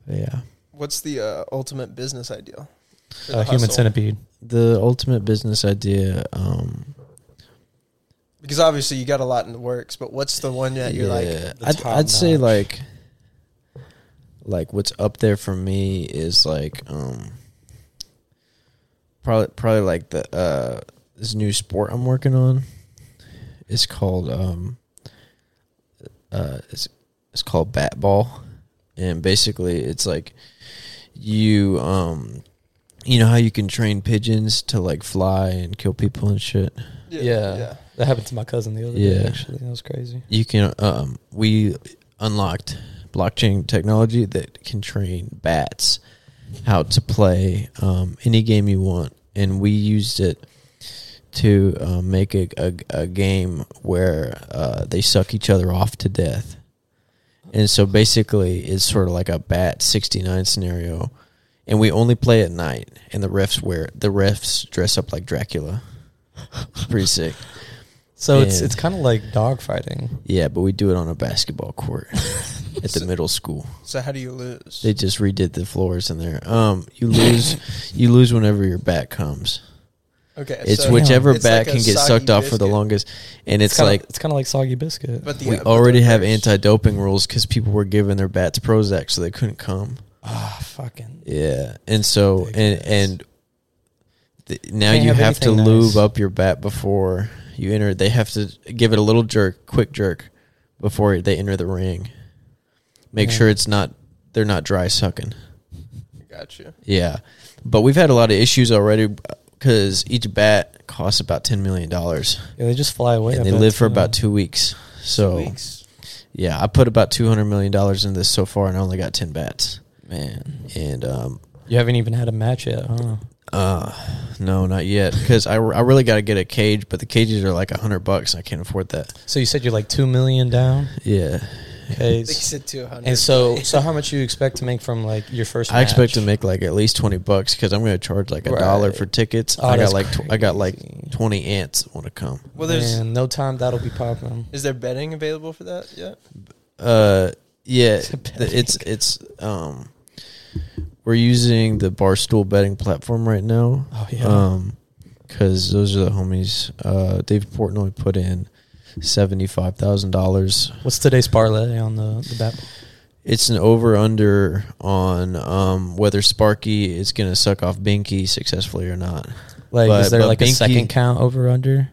Yeah, what's the uh, ultimate business ideal? For A the human hustle? centipede. the ultimate business idea. Um, Because obviously you got a lot in the works, but what's the one that you're like? yeah. the I'd, top I'd say notch. like, like what's up there for me is like, um, probably probably like the uh this new sport I'm working on. It's called um, uh, it's it's called bat ball, and basically it's like you um, you know how you can train pigeons to like fly and kill people and shit. Yeah. That happened to my cousin the other Yeah. day, actually. That was crazy. you can um we unlocked blockchain technology that can train bats how to play um, any game you want and we used it to uh, make a, a, a game where uh, they suck each other off to death and so basically it's sort of like a bat 69 scenario and we only play at night and the refs wear the refs dress up like dracula pretty sick So it's Yeah. it's kind of like dogfighting. yeah, but we do it on a basketball court at the So- middle school. So how do you lose? They just redid the floors in there. Um, you lose, you lose whenever your bat comes. okay, It's so whichever it's bat like a can get soggy sucked off for the biscuit, longest, and it's, kinda, like it's kind of like soggy biscuit. But the, we but the already have reverse. anti-doping rules because people were giving their bats Prozac, so they couldn't come. ah, fucking. Yeah, and so and Ridiculous. and th- now Can't you have have to anything nice. lube up your bat before you enter. They have to give it a little jerk, quick jerk, before they enter the ring. Make Yeah. sure it's not they're not dry sucking. Gotcha. Yeah, but we've had a lot of issues already because each bat costs about ten million dollars, Yeah, they just fly away. and I they bet, live for too. about two weeks. So Weeks. yeah, I put about two hundred million dollars into this so far, and I only got ten bats. Man, And um, you haven't even had a match yet, huh? Uh, no, not yet. Because I, I really got to get a cage, but the cages are like a hundred bucks. and I can't afford that. So you said you're like two million down. Yeah, Okay. They said two hundred. And so, so how much you expect to make from like your first? I expect to match? make like at least twenty bucks because I'm going to charge like a dollar Right. for tickets. Oh, I got that's like tw- I got like crazy. twenty ants want to come. well, there's Man, no time that'll be popping. is there betting available for that yet? Uh, yeah, It's a th- it's it's um, we're using the barstool betting platform right now. Oh yeah. Um 'cause because those are the homies. Uh, Dave Portnoy put in seventy five thousand dollars What's today's parlay on the the bat? It's an over under on um, whether Sparky is going to suck off Binky successfully or not. Like, But- is there but like Binky- a second count over under?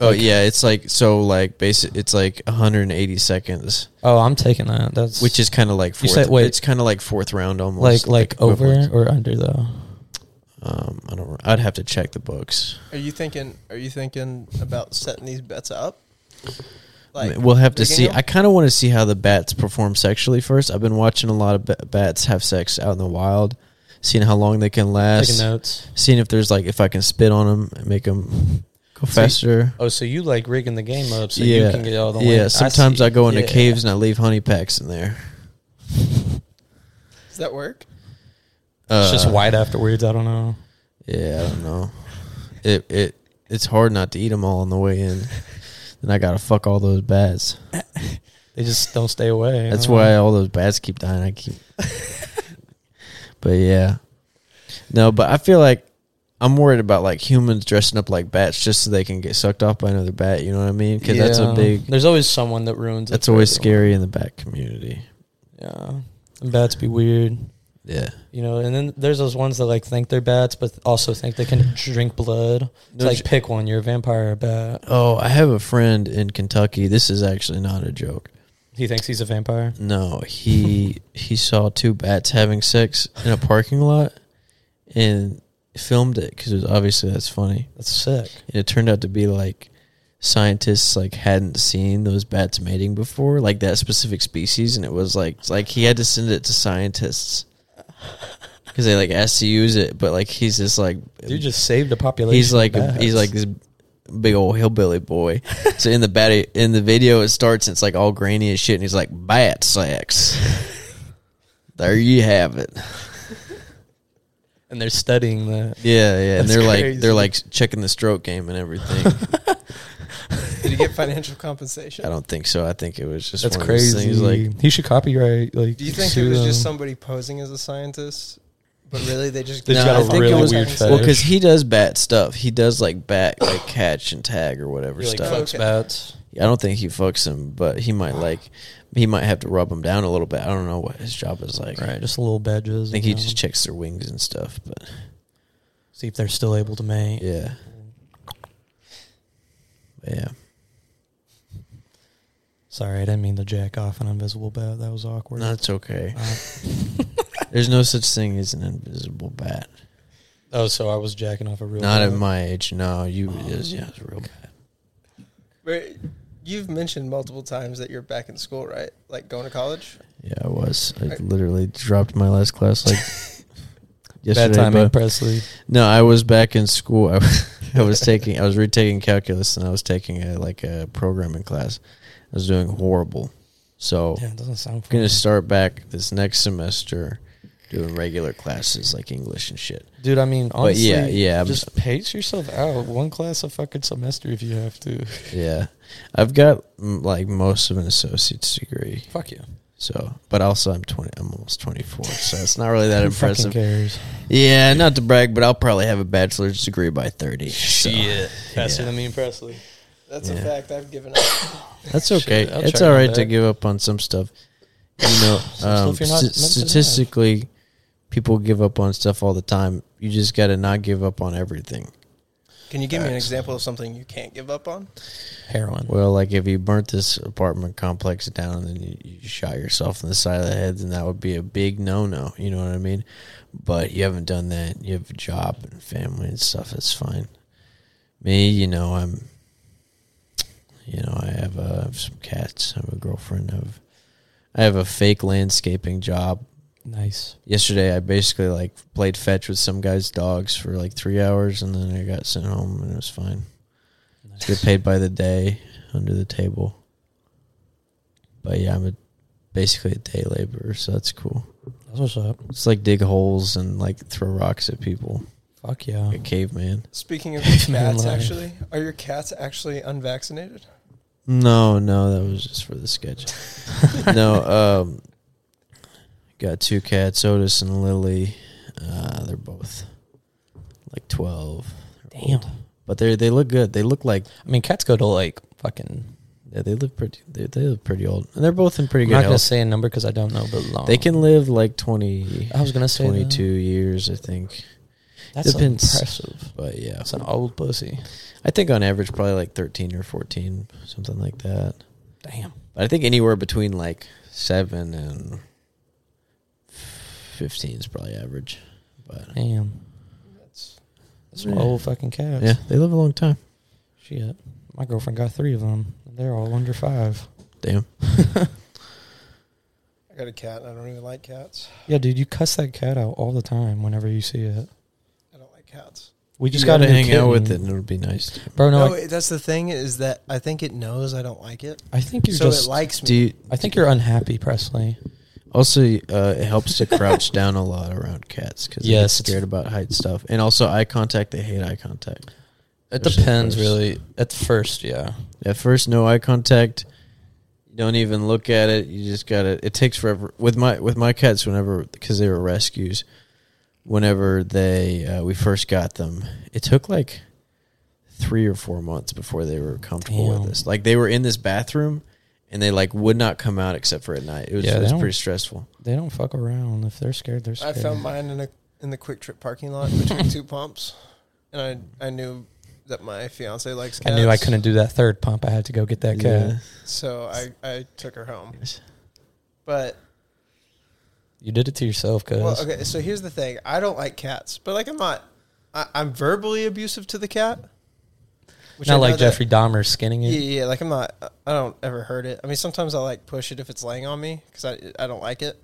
Oh Like- yeah, it's like so like basic. It's like 180 seconds, Oh, I'm taking that. That's which is kind of like You fourth. said- wait. it's kind of like fourth round almost. like like over equivalent. or under though. Um, I don't. I'd have to check the books. Are you thinking? Are you thinking about setting these bets up? Like, we'll have to rigging see. them? I kind of want to see how the bats perform sexually first. I've been watching a lot of ba- bats have sex out in the wild, seeing how long they can Taking last, notes. seeing if there's like if I can spit on them and make them go So you- faster. Oh, so you like rigging the game up so you can get all the yeah. wins. Sometimes I, see. go into Yeah. caves and I leave honey packs in there. does that work? Uh, It's just white afterwards. I don't know. Yeah, I don't know. It it it's hard not to eat them all on the way in. Then I gotta fuck all those bats. They just don't stay away. That's why all those bats keep dying. I keep. but yeah, no. But I feel like I'm worried about like humans dressing up like bats just so they can get sucked off by another bat. You know what I mean? Because that's a Yeah. big. There's always someone that ruins. it That's for always everyone. scary in the bat community. Yeah, and bats be weird. Yeah. You know, and then there's those ones that like think they're bats, but also think they can drink blood. It's No like sh- pick one. You're a vampire or a bat. Oh, I have a friend in Kentucky. This is actually not a joke. He thinks he's a vampire. No, he he saw two bats having sex in a parking lot and filmed it because obviously that's funny. That's sick. And it turned out to be like scientists like hadn't seen those bats mating before, like that specific species, and it was like it's like he had to send it to scientists because they like asked to use it, but like he's just like You just saved a population. he's like of a, he's bats. like this big old hillbilly boy. so in the bat in the video it starts and it's like all grainy and shit and he's like bat sex. there you have it. and they're studying that. Yeah, yeah. and That's they're like crazy. they're like checking the stroke game and everything. Did he get financial compensation? I don't think so. I think it was just That's one of those crazy. things like he should copyright. Like, Do you think it sue was just them. somebody posing as a scientist, but really they just They No, just got I a think it really was- weird Well, well, fetish. because he does bat stuff. He does like bat, like catch and tag or whatever He, like, stuff. fuck- fucks bats. I don't think he fucks him, but he might like, he might have to rub him down a little bit. I don't know what his job is like. Right, just little badges. I think he just checks their wings and stuff, but see if they're still able to mate. yeah, But yeah. Sorry, I didn't mean to jack off an invisible bat. That was awkward. No, it's okay. Uh, There's no such thing as an invisible bat. oh, so I was jacking off a real. Oh, Not bat. at my age. No, you it is. Yeah, it's a real bat. But you've mentioned multiple times that you're back in school, right? Like going to college. Yeah, I was. I Right. literally dropped my last class like yesterday. Bad timing, but- Presley. No, I was back in school. I, I was taking, I was retaking calculus, and I was taking a like a programming class. I was doing horrible, so Yeah, it doesn't sound. I'm Oh. gonna fun. start back this next semester doing regular classes like English and shit. Dude, I mean, honestly, but yeah, yeah, I'm- just pace yourself out one class a fucking semester if you have to. yeah. I've got mm, like most of an associate's degree, Fuck you. so but also I'm twenty, I'm almost twenty four, so it's not really that Who fucking impressive. cares? Yeah, not to brag, but I'll probably have a bachelor's degree by thirty. so- Faster Yeah. than me and Presley. That's Yeah. a fact. I've given up. That's Shit, okay. I'll it's try all my right to best. give up on some stuff. You know, um, stuff you're not st- meant to have. statistically, people give up on stuff all the time. You just got to not give up on everything. Can you give me an Facts. example of something you can't give up on? Heroin. Well, like if you burnt this apartment complex down and then you, you shot yourself in the side of the head, then that would be a big no no. You know what I mean? But you haven't done that. You have a job and family and stuff. That's fine. Me, you know, I'm, you know, I have, uh, I have some cats. I have a girlfriend. I have, I have a fake landscaping job. Nice. Yesterday, I basically like played fetch with some guy's dogs for like three hours, and then I got sent home, and it was fine. Get paid by the day under the table. But yeah, I'm a, basically a day laborer, so that's cool. That's what's up. It's like dig holes and like throw rocks at people, Fuck yeah. like a caveman. Speaking of Man cats, alive. actually, are your cats actually unvaccinated? No, no, that was just for the sketch. no, um, got two cats, Otis and Lily. Uh, they're both like twelve. They're Damn. old. but they they look good. They look like I mean, cats go to like fucking. yeah, they look pretty. They, they look pretty old, and they're both in pretty I'm good not gonna health. say a number because I don't know, but long. They can live like twenty. I was gonna say that. 22 years, I think. That's Depends. impressive. But yeah, That's an old pussy. I think on average probably like 13 or 14, something like that. Damn. But I think anywhere between like seven and 15 is probably average. But Damn. That's That's some Yeah. old fucking cats. yeah, they live a long time. Shit. My girlfriend got three of them. and They're all under five. Damn. I got a cat. and I don't even like cats. Yeah, dude, you cuss that cat out all the time whenever you see it. I don't like cats. We You just just got gotta to hang out with it, and it'll be nice. bro. No, No, I, it- that's the thing is that I think it knows I don't like it, I think you're so just. it likes me. Do you, I think you're unhappy, Presley. also uh, it helps to crouch down a lot around cats because they get Yes, it's- scared about height stuff, and also eye contact. They hate eye contact. It Especially depends, first. really. At first, yeah. At first, no eye contact. You don't even look at it. You just gotta. It takes forever with my with my cats. Whenever because they were rescues, whenever they uh, we first got them, it took like three or four months before they were comfortable Damn. with us. Like they were in this bathroom and they like would not come out except for at night. It was, Yeah, it they was don't- pretty stressful. They don't fuck around. If they're scared, they're I scared. found mine in a in the Quick Trip parking lot between two pumps, and I I knew that my fiance likes. I Cats, knew I couldn't do that third pump. I had to go get that cat. Yeah. so I I took her home. But You did it to yourself, cuz. well, okay. So here's the thing: I don't like cats, but like I'm not. I, I'm verbally abusive to the cat. Which I Not know like that- Jeffrey Dahmer skinning Yeah, it. yeah, yeah, like I'm not. I don't ever hurt it. I mean, sometimes I like push it if it's laying on me because I I don't like it.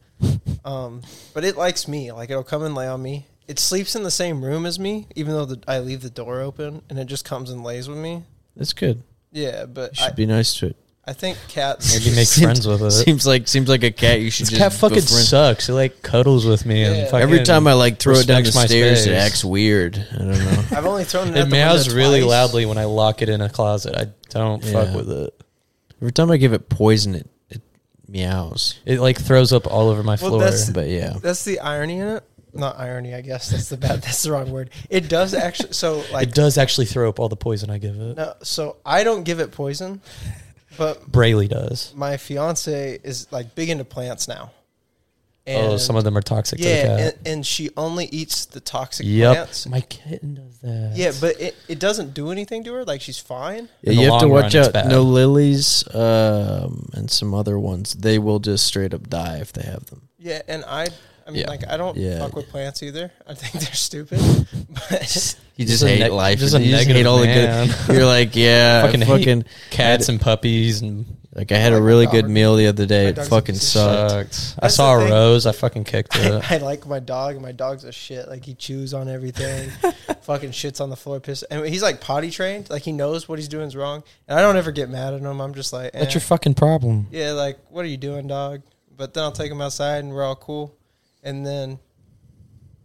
Um, but it likes me. Like it'll come and lay on me. It sleeps in the same room as me, even though the, I leave the door open, and it just comes and lays with me. That's good. Yeah, but You I, should be nice to it. I think cats. Maybe make Seems- friends with it. Seems like seems like a cat. You should This just cat fucking befriend. sucks. It like cuddles with me. Yeah. And fucking Every time I like throw it down the respects my stairs, it space. acts weird. I don't know. I've only thrown it. it out the window meows really twice. loudly when I lock it in a closet. I don't Yeah. fuck with it. Every time I give it poison, it, it meows. It like throws up all over my Well, floor. that's- But yeah, That's the irony in it. Not irony, I guess. That's the bad. That's the wrong word. It does actually. So like it does actually throw up all the poison I give it. no. So I don't give it poison, but Brayley does. my fiance is like big into plants now. oh, some of them are toxic to the yeah, cat. and, and she only eats the toxic yep. plants. My kitten does that. Yeah, but it, it doesn't do anything to her. Like she's fine. yeah In the you have to long watch run, it's out. bad. No lilies, um, and some other ones. They will just straight up die if they have them. Yeah, and I, I mean, Yeah. like I don't Yeah. fuck with plants either. I think they're stupid. But You Just just, a hate neg- life. just and a you negative hate all the man. good. You're like, yeah, Fucking fucking, hate fucking Cats and puppies and like I had a Like my really good dog. meal the other day. My It dog's a fucking piece of sucked. sucked. I That's saw the a thing. rose. I fucking kicked it. I, I like my dog, and my dog's a shit. Like he chews on everything, fucking shits on the floor, piss. And he's like potty trained. Like he knows what he's doing is wrong. And I don't ever get mad at him. I'm just like, eh. That's your fucking problem. yeah, like what are you doing, dog? But then I'll take him outside, and we're all cool. And then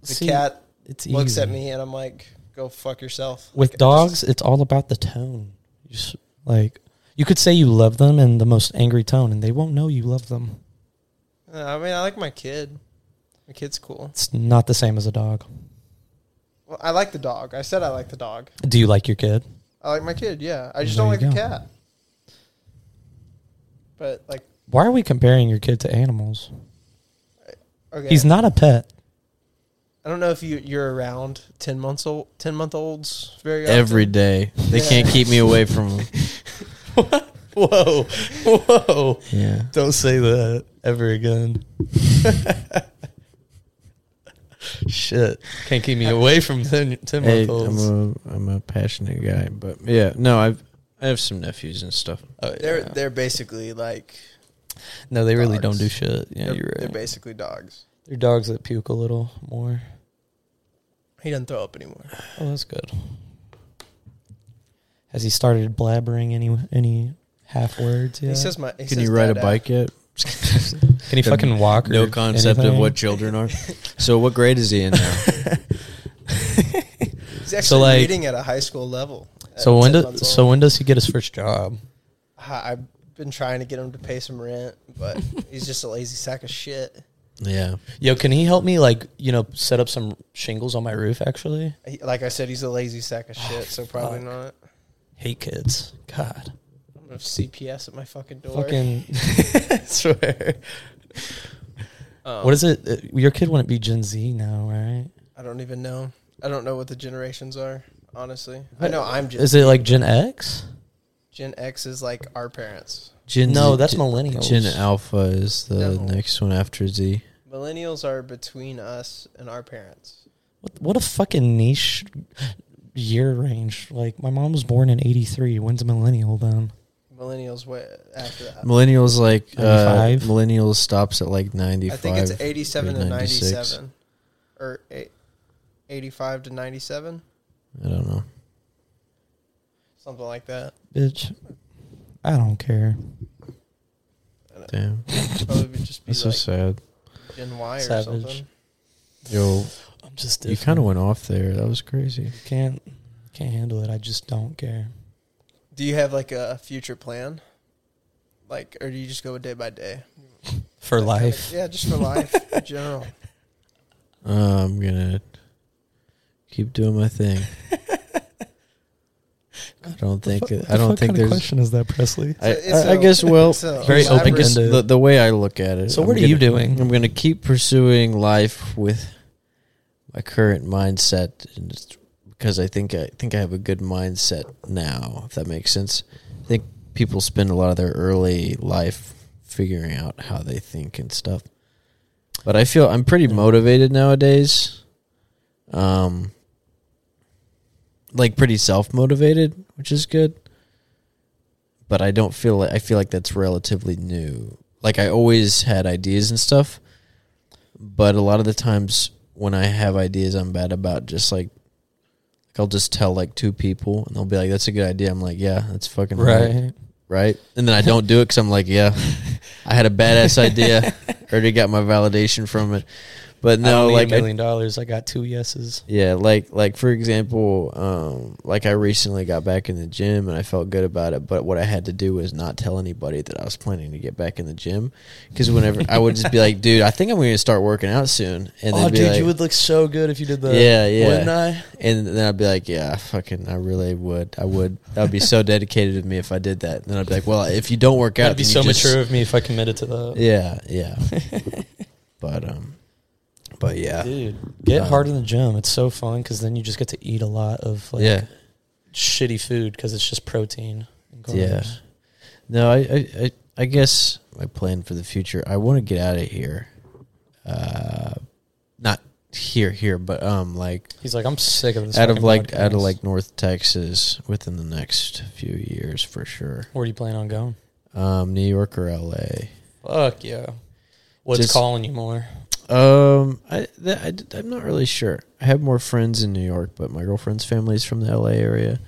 the See, cat It's looks easy. at me, and I'm like, go fuck yourself. With Like, I dogs, just- it's all about the tone. You s like you could say you love them in the most angry tone, and they won't know you love them. Uh, I mean, I like my kid. My kid's cool. It's not the same as a dog. Well, I like the dog. I said I like the dog. Do you like your kid? I like my kid. Yeah, I just There don't you like the go. cat. But like, Why are we comparing your kid to animals? okay, He's not a pet. I don't know if you you're around ten months old ten month olds very often. Every day, they Yeah. can't keep me away from them. Whoa, whoa! Yeah, Don't say that ever again. Shit, can't keep me away from ten, ten hey, I'm a I'm a passionate guy, but yeah, no, I've I have some nephews and stuff. they're they're basically like no, they really don't dogs. do shit. Yeah, they're, you're right. they're basically dogs. They're dogs that puke a little more. He doesn't throw up anymore. Oh, that's good. Has he started blabbering any any half words yet? He says my. He Can says uh, you ride a dada. bike yet? Can he fucking walk? no or concept of anything? what children are. So what grade is he in now? He's actually like- reading at a high school level. at So 10 when does months so old. when does he get his first job? I- I've been trying to get him to pay some rent, but he's just a lazy sack of shit. yeah. Yo, can he help me like you know set up some shingles on my roof? Actually, He- like I said, he's a lazy sack of shit, so probably Oh, fuck. not. hate kids. God, I'm gonna have CPS at my fucking door. fucking I swear. Um, What is it? Uh, Your kid wouldn't be Gen Z now, right? I don't even know. I don't know what the generations are. Honestly, I know I'm Gen. Is it like Gen X? Gen X is like our parents. Gen no, Z- that's Gen- millennials. Gen Alpha is the No. next one after Z. Millennials are between us and our parents. What, what a fucking niche year range. Like my mom was born in '83. When's a millennial then? Millennials way after that. Millennials like uh, 95? millennials stops at like ninety I five. think it's 87 to 96. 97, or eight, 85 to 97, I don't know. something like that. Bitch, I don't care. Damn, Probably would just be that's so like sad. Gen Y or Savage. something. Yo, I'm just you kind of went off there. That was crazy. can't can't handle it. I just don't care. Do you have like a future plan? Like, or do you just go day by day? That For kinda- life, yeah, just for life in general. Uh, I'm gonna keep doing my thing. I don't think. What the I don't think fuck kind of there's. question is that, Presley? I, It's a- I, I guess. Well, it's a Very I elaborate- guess open-ended. the, the way I look at it. So I'm what are you gonna- doing? I'm gonna keep pursuing life with my current mindset, and it's because I think I think I have a good mindset now. If that makes sense, I think people spend a lot of their early life figuring out how they think and stuff. But I feel I'm pretty motivated nowadays. Um, like pretty self motivated, which is good. But I don't feel like I feel like that's relatively new. Like I always had ideas and stuff, but a lot of the times when I have ideas, I'm bad about just like, like I'll just tell like two people, and they'll be like, "That's a good idea." I'm like, "Yeah, that's fucking right." right? And then I don't do it because I'm like, yeah, I had a badass idea, already got my validation from it. But I no, don't need like, a I- million dollars. I got two yeses. yeah, like, like for example, um, like I recently got back in the gym and I felt good about it. But what I had to do was not tell anybody that I was planning to get back in the gym because whenever I would just be like, dude, I think I'm going to start working out soon, and then oh, be dude, like, you would look so good if you did that. yeah, yeah, Wouldn't I? and then I'd be like, yeah, I fucking, I really would. I would. That would be so dedicated of me if I did that. And then I'd be like, well, if you don't work out, That'd be then so you just- mature of me if I committed to that. Yeah, yeah. but um, but yeah, Dude, get Um, hard in the gym. It's so fun because then you just get to eat a lot of like yeah, shitty food because it's just protein. And carbs. yeah. No, I, I, I, I guess my plan for the future. I want to get out of here. Uh, not here, here, but um, like He's like, I'm sick of this. out of fucking like out of podcast. like North Texas within the next few years for sure. Where do you plan on going? Um, New York or L.A. Fuck yeah. What's Just- calling you more? Um, I, that, I d- I'm not really sure. I have more friends in New York, but my girlfriend's family's from the L.A. area.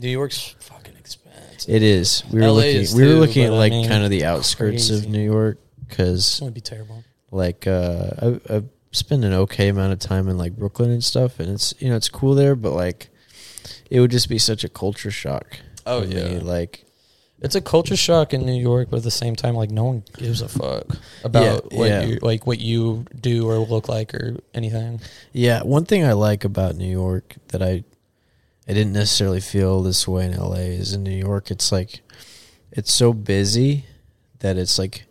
New York's fucking expensive. It is. We were LA looking. is we were too, looking at but I like mean, kind of the outskirts crazy. of New York It's because gonna be terrible. like uh, I, I spend an okay amount of time in like Brooklyn and stuff, and it's you know it's cool there, but like it would just be such a culture shock. Oh, for me, like It's a culture shock in New York, but at the same time, like no one gives a fuck about Yeah, what yeah. you like what you do or look like or anything. yeah. One thing I like about New York that I I didn't necessarily feel this way in LA is in New York. It's like it's so busy that it's like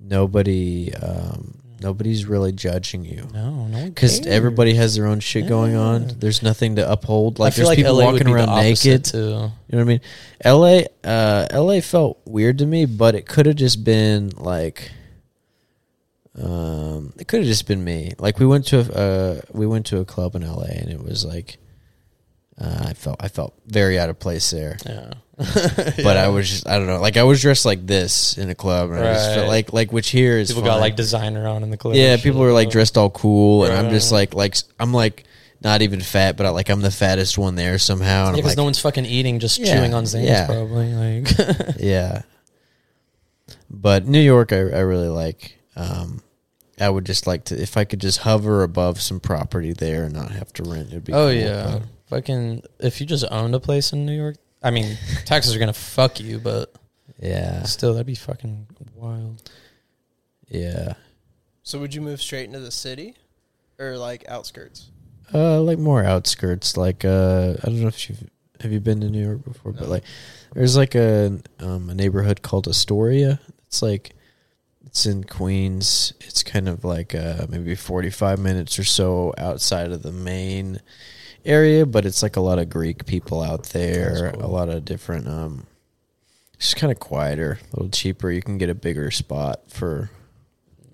nobody um, nobody's really judging you. No, no one because cares. everybody has their own shit going on. Yeah. There's nothing to uphold. Like I there's feel like people LA would walking be the around opposite, naked. too. You know what I mean? L.A. Uh, L.A. felt weird to me, but it could have just been like, um, it could have just been me. Like we went to a, uh, we went to a club in L.A. and it was like, uh, I felt I felt very out of place there. Yeah. But I was just I don't know. Like I was dressed like this in a club, and I just felt Right. like like which here is People fine. got like designer on in the clip. Yeah, and people shit. are like dressed all cool, and I'm Right. just like, like I'm like not even fat, but I, like I'm the fattest one there somehow. Yeah, And I'm because like, no one's fucking eating, just Yeah, chewing on Zans yeah. probably. Like, yeah. But New York, I, I really like. Um, I would just like to if I could just hover above some property there and not have to rent. It'd be oh cool, yeah, but- fucking. If you just owned a place in New York, I mean, taxes are gonna fuck you, but yeah, still, that'd be fucking wild. yeah. So would you move straight into the city, or like outskirts? Uh, like more outskirts. Like uh, I don't know if you have have you been to New York before, but No. like there's like a um a neighborhood called Astoria. It's like it's in Queens. It's kind of like uh maybe 45 minutes or so outside of the main area, but it's like a lot of Greek people out there. That's cool. A lot of different um. It's just kind of quieter, a little cheaper. You can get a bigger spot for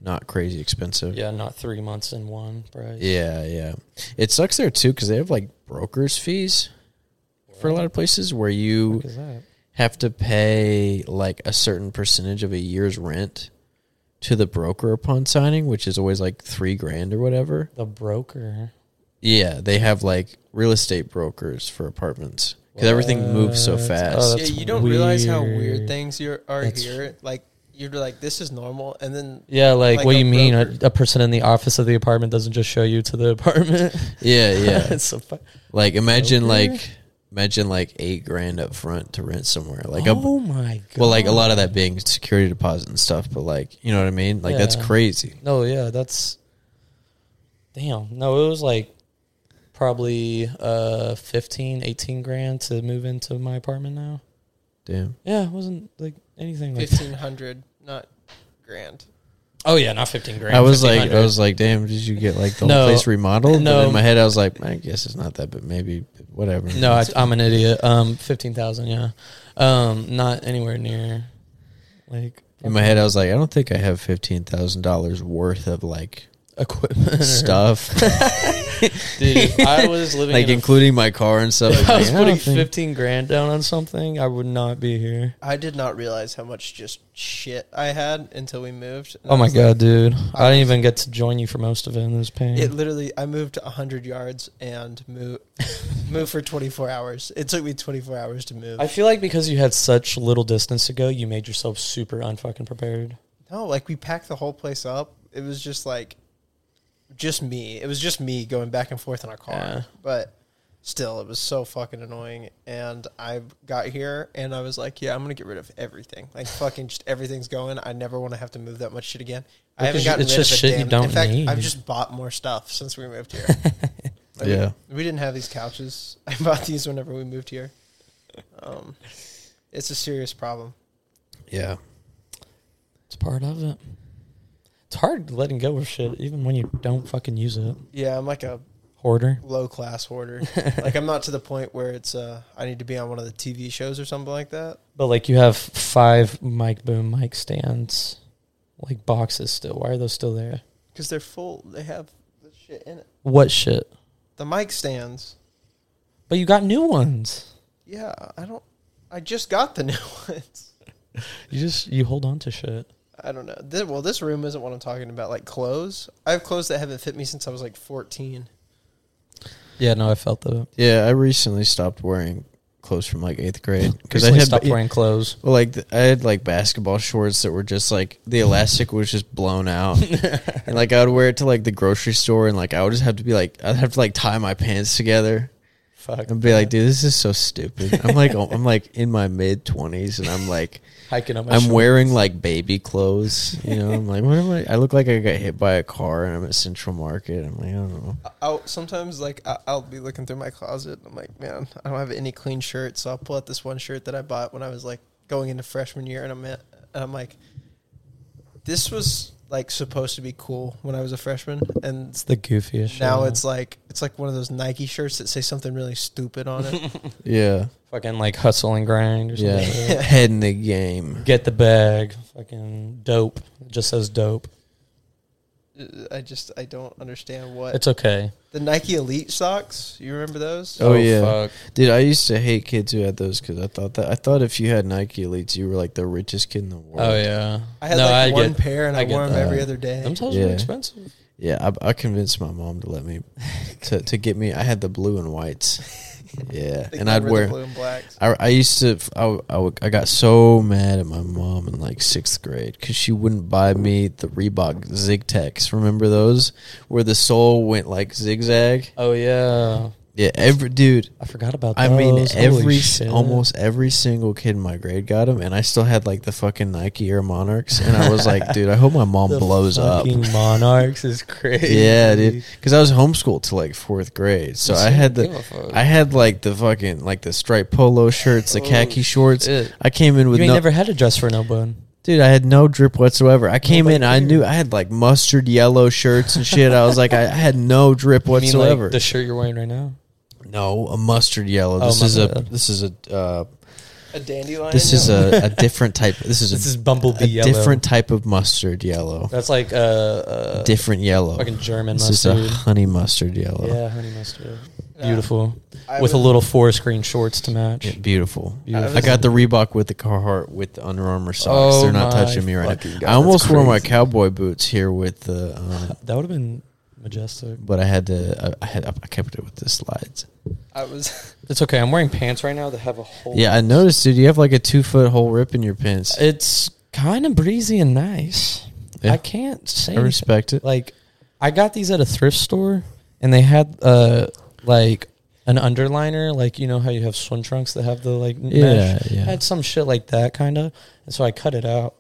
not crazy expensive. Yeah, not three months in one price. Yeah, yeah. It sucks there too because they have like brokers fees for a lot of places where you What the fuck is that? have to pay like a certain percentage of a year's rent to the broker upon signing, which is always like three grand or whatever. The broker. Yeah, they have like real estate brokers for apartments because everything moves so What? Oh, fast. that's yeah, you don't realize how weird weird. things you're, are That's- here. Like you're like this is normal, and then Yeah, like, Like what a do you mean? A, broker. a person in the office of the apartment doesn't just show you to the apartment. yeah, yeah. it's so fu- Like imagine Broker? like imagine like eight grand up front to rent somewhere. Like a oh my god. Well, like a lot of that being security deposit and stuff, but like you know what I mean. Like that's Yeah. crazy. No, yeah, that's Damn. No, it was like probably uh 15, 18 grand to move into my apartment now. Damn. Yeah, it wasn't like anything like Fifteen hundred, not grand. Oh yeah, not 15 grand. I was like, 1500. I was like, damn, did you get like the No. whole place remodeled? No. No. in my head, I was like, I guess it's not that, but maybe whatever. No, I, I'm an idiot. Um 15,000, yeah. Um not anywhere near like in my head, I was like, I don't think I have fifteen thousand dollars worth of like equipment or- stuff, Dude, if I was living like in a- including my car and stuff. if I like, was I don't putting think- 15 grand down on something, I would not be here. I did not realize how much just shit I had until we moved. And I Oh my was like- god, dude! I didn't even get to join you for most of it in this pain. It literally, I moved hundred yards and moved moved for twenty four hours. It took me twenty four hours to move. I feel like because you had such little distance to go, you made yourself super unfucking prepared. no, like we packed the whole place up. It was just like, just me. It was just me going back and forth in our car. Yeah. But still, it was so fucking annoying. And I got here and I was like, yeah, I'm gonna get rid of everything. Like fucking, just everything's going. I never want to have to move that much shit again. I haven't Because gotten it's rid just of a shit you damn- In don't fact, need. I've just bought more stuff since we moved here. Like, we- Yeah. we, didn't have these couches. I bought these whenever we moved here. Um, it's a serious problem. Yeah, It's part of it. It's hard letting go of shit, even when you don't fucking use it. Yeah, I'm like a Hoarder. low class hoarder. like I'm not to the point where it's uh I need to be on one of the TV shows or something like that. But like, you have five mic boom mic stands, like boxes still. Why are those still there? Because they're full. They have the shit in it. What shit? The mic stands. But you got new ones. Yeah, I don't. I just got the new ones. You just you hold on to shit. I don't know. This, well, this room isn't what I'm talking about. Like clothes. I have clothes that haven't fit me since I was like 14. Yeah, no, I felt that. yeah. I recently stopped wearing clothes from like eighth grade because I Recently had stopped wearing clothes. Well, like th- I had like basketball shorts that were just like the elastic was just blown out, and like I would wear it to like the grocery store, and like I would just have to be like I'd have to like tie my pants together Fuck. and be like, dude, this is so stupid. I'm like oh, I'm like in my mid twenties, and I'm like hiking up. My I'm shorts. wearing like baby clothes, you know. I'm like, what am I? I look like I got hit by a car, and I'm at Central Market. I'm like, I don't know. I- I'll sometimes like I- I'll be looking through my closet. And I'm like, man, I don't have any clean shirts, so I'll pull out this one shirt that I bought when I was like going into freshman year, and I'm at, and I'm like, this was like supposed to be cool when I was a freshman, and It's the goofiest. shit. now it's like it's like one of those Nike shirts that say something really stupid on it. Yeah, fucking like hustle and grind or yeah. something. like that. Head in the game. Get the bag. Fucking dope. It just says dope. Uh, I just I don't understand what It's okay. the Nike Elite socks. You remember those? Oh, yeah. Fuck. Dude, I used to hate kids who had those because I thought that I thought if you had Nike elites, you were like the richest kid in the world. Oh yeah. I had no, like I one get. pair, and I, I get wore them every that. other day. Them toes Yeah. are expensive. yeah. I, I convinced my mom to let me to to get me. I had the blue and whites. Yeah, They and I'd cover the wear. blue and blacks. I, I used to I, w- I, w- I got so mad at my mom in like sixth grade because she wouldn't buy me the Reebok Zigtex. Remember those where the sole went like zigzag? Oh yeah. Yeah, every dude. I forgot about. I mean, those. Holy every shit. almost every single kid in my grade got them, and I still had like the fucking Nike Air Monarchs, and I was like, dude, I hope my mom The blows up. fucking Monarchs is crazy. Yeah, dude, because I was homeschooled to like fourth grade, so I had the. Give a fuck. I had like the fucking like the striped polo shirts, the Oh, khaki shorts. shit. I came in with you ain't no, never had a dress for no bun. Dude, I had no drip whatsoever. I came Nobody in, I knew I had like mustard yellow shirts and shit. I was like, I had no drip You mean whatsoever. like the shirt you're wearing right now? no, a mustard yellow. Oh, This my is a bad. this is a uh, A dandelion. this is a, a different type. This is a, This is Bumblebee a yellow. different type of mustard yellow. That's like uh, uh different yellow. fucking German this mustard. is a honey mustard yellow. Yeah, honey mustard. Yeah. Beautiful. I uh, With a would- little forest green shorts to match. Yeah, beautiful. Beautiful. I got the Reebok with the Carhartt with the Under Armour socks. Oh They're not my touching me right fucking now. God, I almost that's wore my crazy. cowboy boots here with the, um, That would have been majestic. but I had to. I, I had. I kept it with the slides. I was. It's okay. I'm wearing pants right now that have a hole. Yeah, I noticed, dude. You have like a two foot hole rip in your pants. It's kind of breezy and nice. Yeah. I can't I say. anything. respect it. Like, I got these at a thrift store, and they had uh like an underliner, like you know how you have swim trunks that have the like Yeah, mesh. yeah. I had some shit like that kind of, and so I cut it out,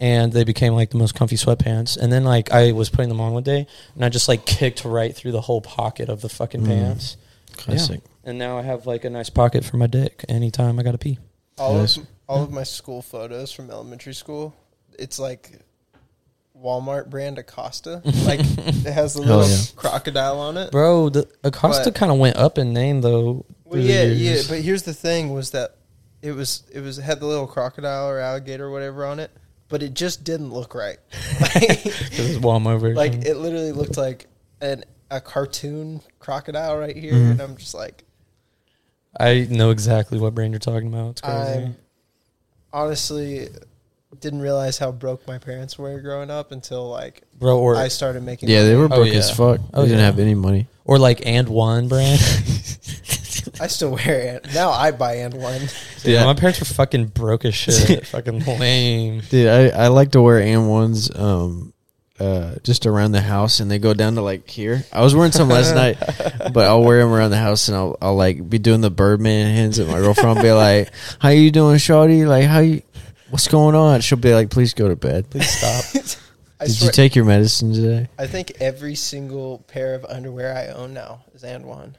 and they became like the most comfy sweatpants. And then like I was putting them on one day, and I just like kicked right through the whole pocket of the fucking Mm. pants. Classic. And now I have like a nice pocket for my dick anytime I gotta pee. All Nice. of all of my school photos from elementary school, it's like Walmart brand Acosta. Like it has the Hell little yeah. crocodile on it. Bro, the Acosta But- kind of went up in name though. Well, through the yeah, yeah. years. But here's the thing: was that it was it was it had the little crocodile or alligator or whatever on it, but it just didn't look right. Like, 'Cause it's Walmart version. Mm-hmm. like it literally looked like an a cartoon crocodile right here, Mhm. and I'm just like, I know exactly what brand you're talking about. It's crazy. I honestly didn't realize how broke my parents were growing up until like Bro, or I started making. Yeah, they were Oh, broke as yeah. fuck. Oh, they didn't yeah. have any money. or like and one brand. I still wear it now. I buy and one. Yeah. yeah, my parents were fucking broke as shit. fucking lame. Dude, I, I like to wear AM ones um uh just around the house and they go down to like here. I was wearing some last night, but I'll wear them around the house and I'll I'll like be doing the birdman hands at my girlfriend be like, How you doing, Shawty? Like how you what's going on? She'll be like, Please go to bed. Please stop. I Did swear, you take your medicine today? I think every single pair of underwear I own now is and one.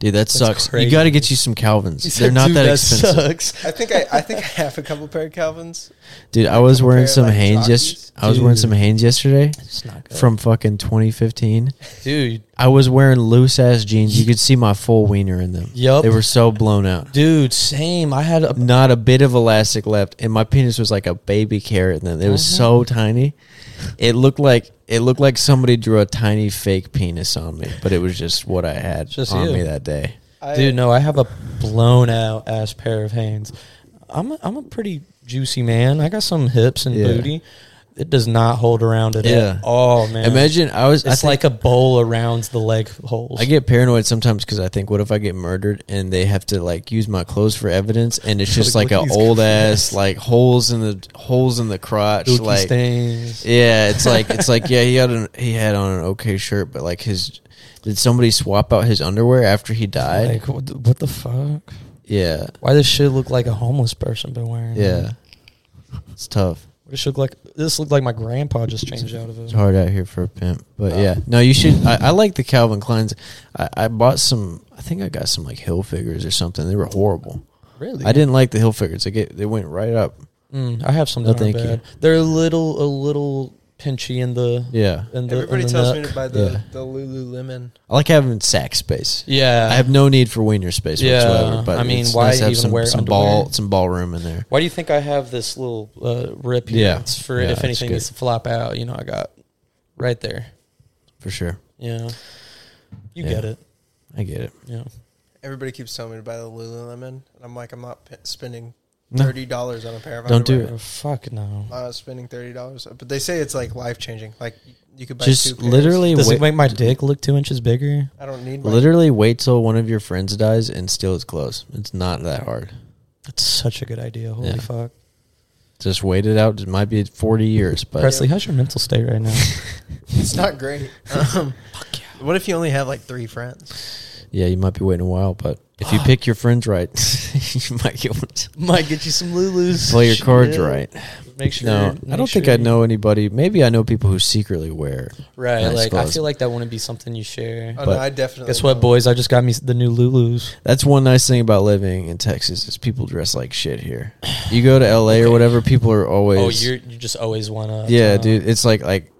Dude, that sucks. You crazy. gotta get you some Calvins. They're not Dude, that, expensive. Sucks. I think I, I think I have a couple pair of Calvins. Dude, I was Couple pair wearing of, some like, Hanes Jockeys. yes I was wearing Dude. some Hanes yesterday It's not good. from fucking twenty fifteen. dude, I was wearing loose ass jeans. You could see my full wiener in them. Yup. They were so blown out. dude, same. I had a Not a bit of elastic left, and my penis was like a baby carrot in them. It was Uh-huh. so tiny. It looked like it looked like somebody drew a tiny fake penis on me, but it was just what I had Just on you. me that day. I, dude. No, I have a blown out ass pair of hands. I'm a, I'm a pretty juicy man. I got some hips and Yeah. booty. It does not hold around at Yeah. all, man. Imagine I was. it's I think- like a bowl around the leg holes. I get paranoid sometimes because I think, what if I get murdered and they have to like use my clothes for evidence, and it's just Like, like, an look at a these old guys. ass like holes in the holes in the crotch, Dookie like stains. Yeah, it's like it's like yeah, he had an he had on an okay shirt, but like his did somebody swap out his underwear after he died? Like what the, what the fuck? yeah, Why does shit look like a homeless person been wearing? it? yeah, it's tough. This look like this looked like my grandpa just changed out of It's it. hard out here for a pimp, but Uh, yeah, no, you should. I, I like the Calvin Kleins. I, I bought some. I think I got some like Hill figures or something. They were horrible. Really? I didn't like the Hill figures. They get they went right up. Mm, I have some. No, that aren't thank you. bad. They're a little a little pinchy in the Yeah, in the. everybody in the tells neck. me to buy the Yeah. the Lululemon. I like having sack space. Yeah. I have no need for wiener space Yeah, whatsoever. But I mean, it's why nice to have even some, wear some underwear? ball some ballroom in there? Why do you think I have this little uh, rip here? Yeah. It's for Yeah, if it's anything good. needs to flop out. You know, I got right there. For sure, Yeah. You Yeah. get it. I get it. Yeah. Everybody keeps telling me to buy the Lululemon, and I'm like, I'm not p- spending No. thirty dollars on a pair of Don't do underwear. Oh, fuck no. I'm not spending thirty dollars, but they say it's like life changing. Like you could buy two Just pairs. literally Does wait. it make my dick look two inches bigger? I don't need my- Literally wait till one of your friends dies and steal his clothes. It's not that hard. That's such a good idea. Holy Yeah. fuck. Just wait it out. It might be 40 years, but Presley, how's your mental state right now? It's not great. Um, What if you only have like three friends? yeah, you might be waiting a while. But if you pick your friends right, you might get one. Might get you some Lulus. Play your cards right. Make sure. no, I make don't think sure I you- know anybody. Maybe I know people who secretly wear. Right, Nice like I clothes. feel like that wouldn't be something you share. Oh But- no, I definitely. Guess what, don't. boys? I just got me s- the new Lulus. That's one nice thing about living in Texas is people dress like shit here. You go to LA or whatever, people are always. Oh, you're you just always wanna. uh, Yeah, dude, it's like like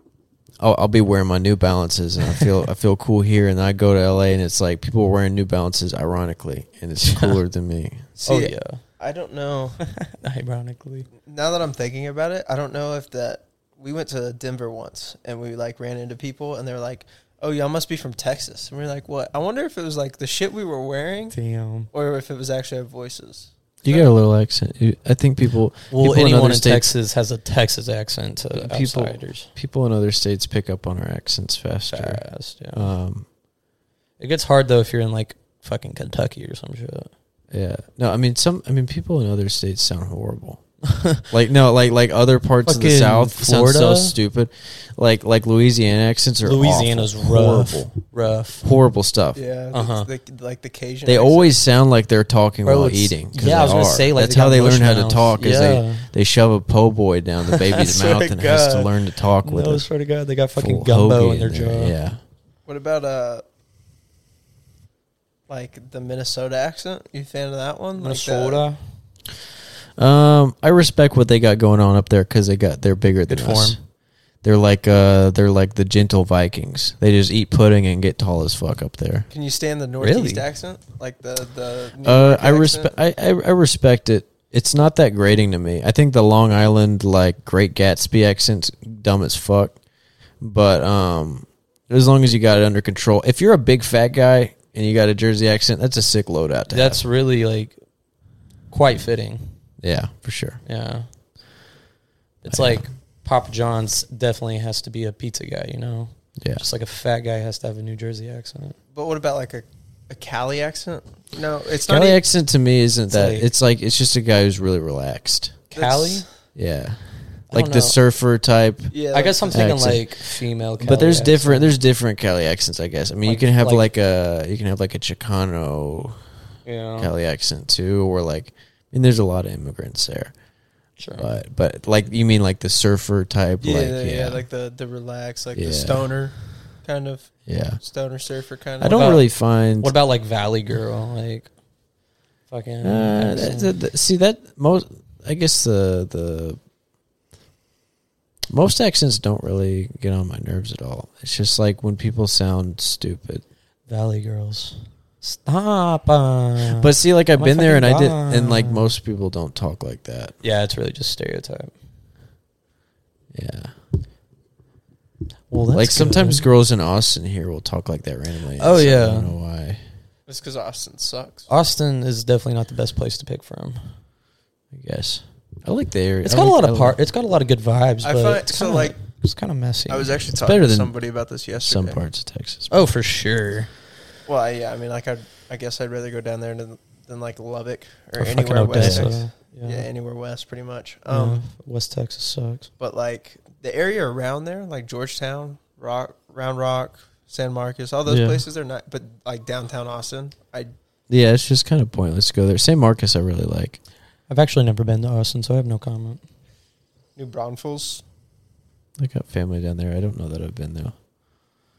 I'll, I'll be wearing my New Balances and I feel I feel cool here, and I go to LA and it's like people are wearing New Balances ironically, and it's cooler than me. See, oh yeah. I don't know. Ironically, now that I'm thinking about it, I don't know if that we went to Denver once and we like ran into people and they were like, "Oh, y'all must be from Texas." And we are like, "What?" I wonder if it was like the shit we were wearing damn. or if it was actually our voices. You got a little accent. You- I think people Well, people anyone in states, Texas has a Texas accent to People- outsiders. people in other states pick up on our accents faster. Fast, yeah. Um, it gets hard though if you're in like fucking Kentucky or some shit. yeah, no, I mean some. I mean people in other states sound horrible. like no, like like other parts of the Fucking South sounds so Florida? stupid. Like like Louisiana accents are Louisiana's awful. rough. horrible, Rough. horrible stuff. Yeah, Uh-huh. the, the- like the Cajun. They accent. always sound like they're talking Bro, while it's- eating. 'cause yeah, I was they gonna are. say, like, that's they how got they learn bush how to mouth. talk. Is Yeah. they they shove a po' boy down the baby's swear mouth to and has to God. learn to talk with no, it. swear to God, they got Full fucking gumbo hoagie in their there, jaw. Yeah, What about uh, like the Minnesota accent? You fan of that one? Like the- Minnesota. Um, I respect what they got going on up there because they got they're bigger than Good us. form. They're like uh, they're like the gentle Vikings. They just eat pudding and get tall as fuck up there. can you stand the Northeast Really? accent? Like the the. New Uh, York I respect. accent? I, I I respect it. It's not that grating to me. I think the Long Island like Great Gatsby accent's dumb as fuck, but um, as long as you got it under control. If you're a big fat guy and you got a Jersey accent, that's a sick loadout. To That's have. really like quite fitting. yeah, for sure. Yeah. It's Yeah. like Papa John's definitely has to be a pizza guy, you know? Yeah, Just like a fat guy has to have a New Jersey accent. But what about like a, a Cali accent? No, it's not. Cali even- accent to me isn't that. like- it's like it's just a guy who's really relaxed. Cali? That's- Yeah, I don't like know. the surfer type. Yeah, I guess I'm thinking accent. like female Cali but there's accent. different there's different Cali accents, I guess. I mean, Like- you can have like, like- a you can have like a Chicano Yeah. Cali accent too, or like I mean, there's a lot of immigrants there, Sure. but but like you mean like the surfer type, Yeah, like yeah, yeah, like the the relax, like Yeah. the stoner, kind of yeah. stoner surfer kind of. I don't about- really find. What about like Valley Girl? Like fucking uh, accent. that, that- that- see that most? I guess the the most accents don't really get on my nerves at all. It's just like when people sound stupid. Valley Girls. Stop. uh. But see, like I've My been there and fucking I did, and like God. most people don't talk like that. yeah, it's really just stereotype. Yeah. Well, like sometimes girls in Austin here will talk like that randomly. Oh, so yeah. I don't know why. It's because Austin sucks. Austin is definitely not the best place to pick from. I guess I like the area. It's I got a like- lot I of like- part. It's got a lot of good vibes. I but find- it's so, kinda- like, it's kind of messy. I was actually It's talking better to than somebody about this yesterday. Some parts of Texas. oh for sure. Well, yeah, I mean, like I, I guess I'd rather go down there than, than like Lubbock or, Or fucking anywhere west. Odessa. Yeah. Yeah. anywhere west, pretty much. Yeah. Um, West Texas sucks. but like the area around there, like Georgetown, Rock, Round Rock, San Marcos, all those Yeah. places, they're not. But like downtown Austin, I Yeah, it's just kind of pointless to go there. San Marcos, I really like. I've actually never been to Austin, so I have no comment. New Braunfels, I got family down there. I don't know that I've been though.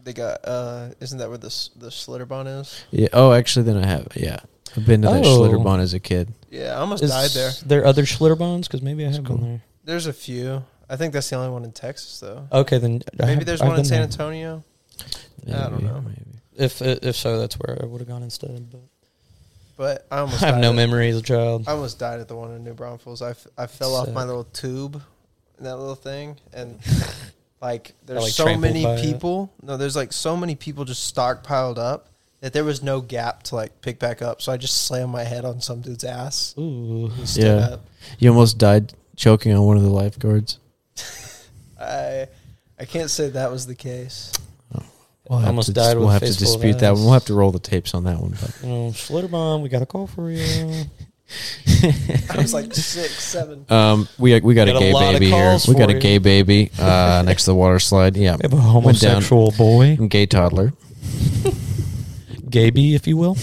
they got. uh Isn't that where the s- the Schlitterbahn is? Yeah. Oh, actually, then I have. Yeah, I've been to that Oh. Schlitterbahn as a kid. Yeah, I almost Is died there. there other Schlitterbones? Because maybe I It's have cool. been there. There's a few. I think that's the only one in Texas, though. Okay, then I Maybe have- there's I've one in been San there. Antonio. Maybe, I don't know. Maybe. If uh, if so, that's where I would have gone instead. But But I I almost have died no at- memory as a child. I almost died at the one in New Braunfels. I, f- I fell off Sick. my little tube, and that little thing, and like there's like, so trampled many by it. people. No, there's like so many people just stockpiled up that there was no gap to like pick back up. So I just slammed my head on some dude's ass. Ooh, He stood Yeah. up. You almost died choking on one of the lifeguards. I I can't say that was the case. We'll have Almost to, died with We'll a have to face full of dispute that one. ice. We'll have to roll the tapes on that one. But you know, Schlitterbahn, we got a call for you. I was like six, seven. Um, we we got, Got a a gay lot of baby here. calls We got for a you. gay baby uh, next to the water slide. Yeah, We have a Went down. homosexual boy, And gay toddler. Gaby, if you will.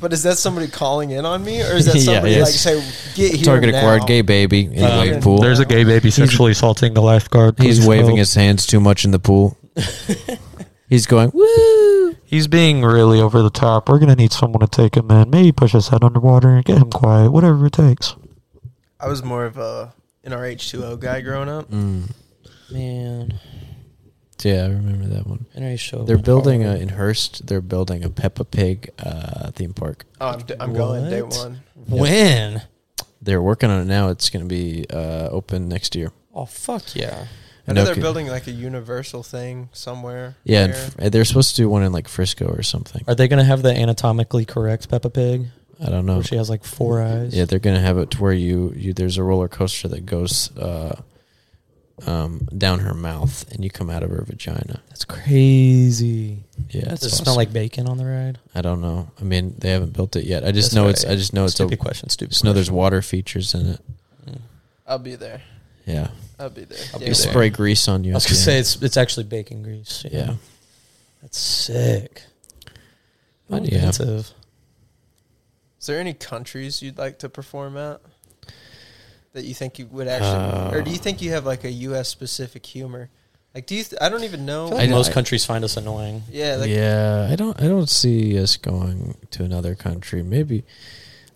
But is that somebody calling in on me, or is that Yeah, somebody yes. like say get here Target acquired now"? gay baby in Um, wave pool. there's a gay baby sexually assaulting the lifeguard. He's waving his hands too much in the pool. He's going woo. He's being really over the top. We're gonna need someone to take him in. Maybe push his head underwater and get him quiet. Whatever it takes. I was more of a NRH two O guy growing up. Mm. Man, Yeah, I remember that one. NRA show. They're building a, in Hearst. They're building a Peppa Pig uh, theme park. Oh, I'm, d- I'm going day What? one. when. They're working on it now. It's going to be uh, open next year. Oh fuck yeah! I know they're Okay. building like a universal thing somewhere. Yeah, and here. f- they're supposed to do one in like Frisco or something. Are they gonna have the anatomically correct Peppa Pig, I don't know. where she has like four eyes? Yeah, they're gonna have it to where you, you there's a roller coaster that goes uh, um, down her mouth and you come out of her vagina. that's crazy. Yeah, Does it's it awesome. smell like bacon on the ride? I don't know. I mean, they haven't built it yet. I just That's know right. it's. I just know it's. stupid A, question. Mm. Stupid. just know there's question. water features in it. Uh, I'll be there. Yeah. I'll be there. I'll be Yeah, You there. spray grease on you. I was at gonna the say end. it's it's actually bacon grease. Yeah. that's sick. But yeah. Inventive. Is there any countries you'd like to perform at that you think you would actually, or do you think you have like a U.S. specific humor? Like, do you? Th- I don't even know. I feel like know- most I- countries find us annoying. yeah, like yeah, I don't. I don't see us going to another country. Maybe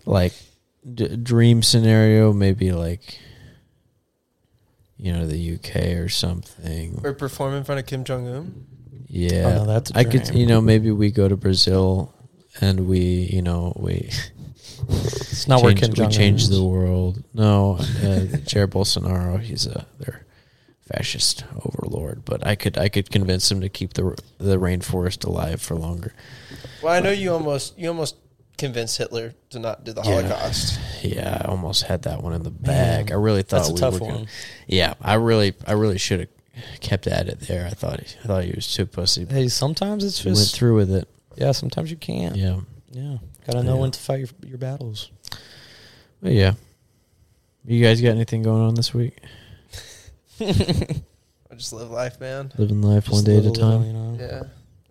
like d- dream scenario. Maybe like you know the UK or something. or perform in front of Kim Jong Un. Yeah, Oh, no, that's a I could. dream. You know, maybe we go to Brazil and we, you know, we It's not change, working. we change the world. No, uh, Jair Bolsonaro, he's a their fascist overlord. But I could, I could convince him to keep the the rainforest alive for longer. Well, I know you almost you almost convinced Hitler to not do the Yeah. Holocaust. Yeah, I almost had that one in the bag. Man, I really thought That's a we tough were one. Gonna, yeah, I really, I really should have kept at it there. I thought, he, I thought he was too pussy. but Hey, sometimes it's he went just through with it. yeah. Sometimes you can't. Yeah, Yeah, gotta know Yeah. when to fight your, your battles. but yeah. You guys got anything going on this week? I just live life, man. Living life one Just day at a little, time. you know.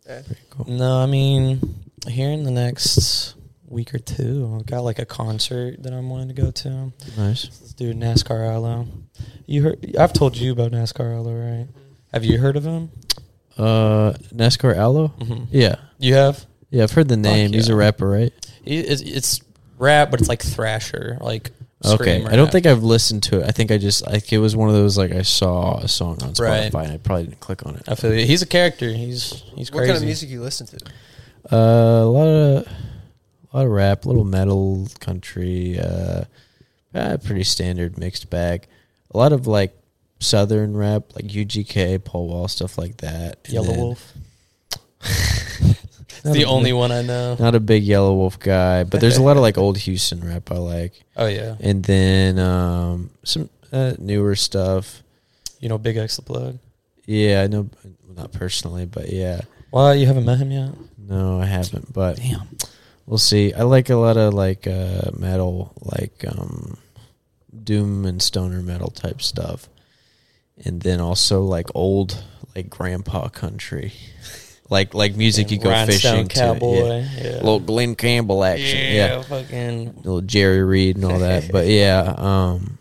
Yeah, Pretty cool. No, I mean, here in the next week or two, I've got like a concert that I'm wanting to go to. Nice. Let's do NASCAR Allo. You heard? I've told you about NASCAR Allo, right? Have you heard of him? Uh, NASCAR Aloe? Mm-hmm. Yeah. You have. Yeah, I've heard the name. He's a yeah. rapper, right? He- It's, it's rap, but it's like thrasher, like okay. scream I don't rap. think I've listened to it. I think I just, like, it was one of those, like, I saw a song on Spotify Right. and I probably didn't click on it. I feel you. He's a character. He's he's what crazy. kind of music you listen to? Uh, a lot of, a lot of rap, little metal, country, uh, uh, pretty standard mixed bag. A lot of, like, southern rap, like UGK, Paul Wall, stuff like that. And Yellow then- Wolf. Not the a- only one I know. Not a big Yellow Wolf guy, but there's a lot of, like, old Houston rap I like. Oh yeah, and then um, some uh, newer stuff. you know Big X the Plug. Yeah, I know, not personally, but yeah, Why you haven't met him yet? no, I haven't, but Damn. we'll see. I like a lot of like uh, metal, like um, doom and stoner metal type stuff, and then also like old, like grandpa country, like like music you go fishing Cowboy. to, yeah. yeah. little Glenn Campbell action, yeah. fucking. little Jerry Reed and all that. but yeah, um,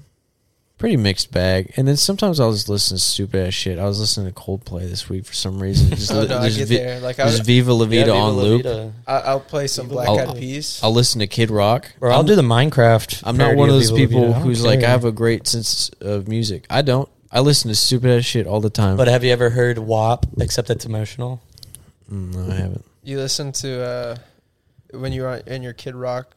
pretty mixed bag. And then sometimes I'll just listen to stupid ass shit. I was listening to Coldplay this week for some reason. Just, Oh li- no, I just get vi- there. Like I, just Viva La Vida on loop. I, I'll play some Viva Black La Eyed Vida. Peas. I'll listen to Kid Rock. Bro, I'll I'm, do the Minecraft. I'm not parody one of of those Viva La Vida. people I don't who's like I care. have a great sense of music. I don't. I listen to stupid ass shit all the time. But have you ever heard WAP? Except it's emotional. Mm, no, I haven't. You listen to uh, when you were in your Kid Rock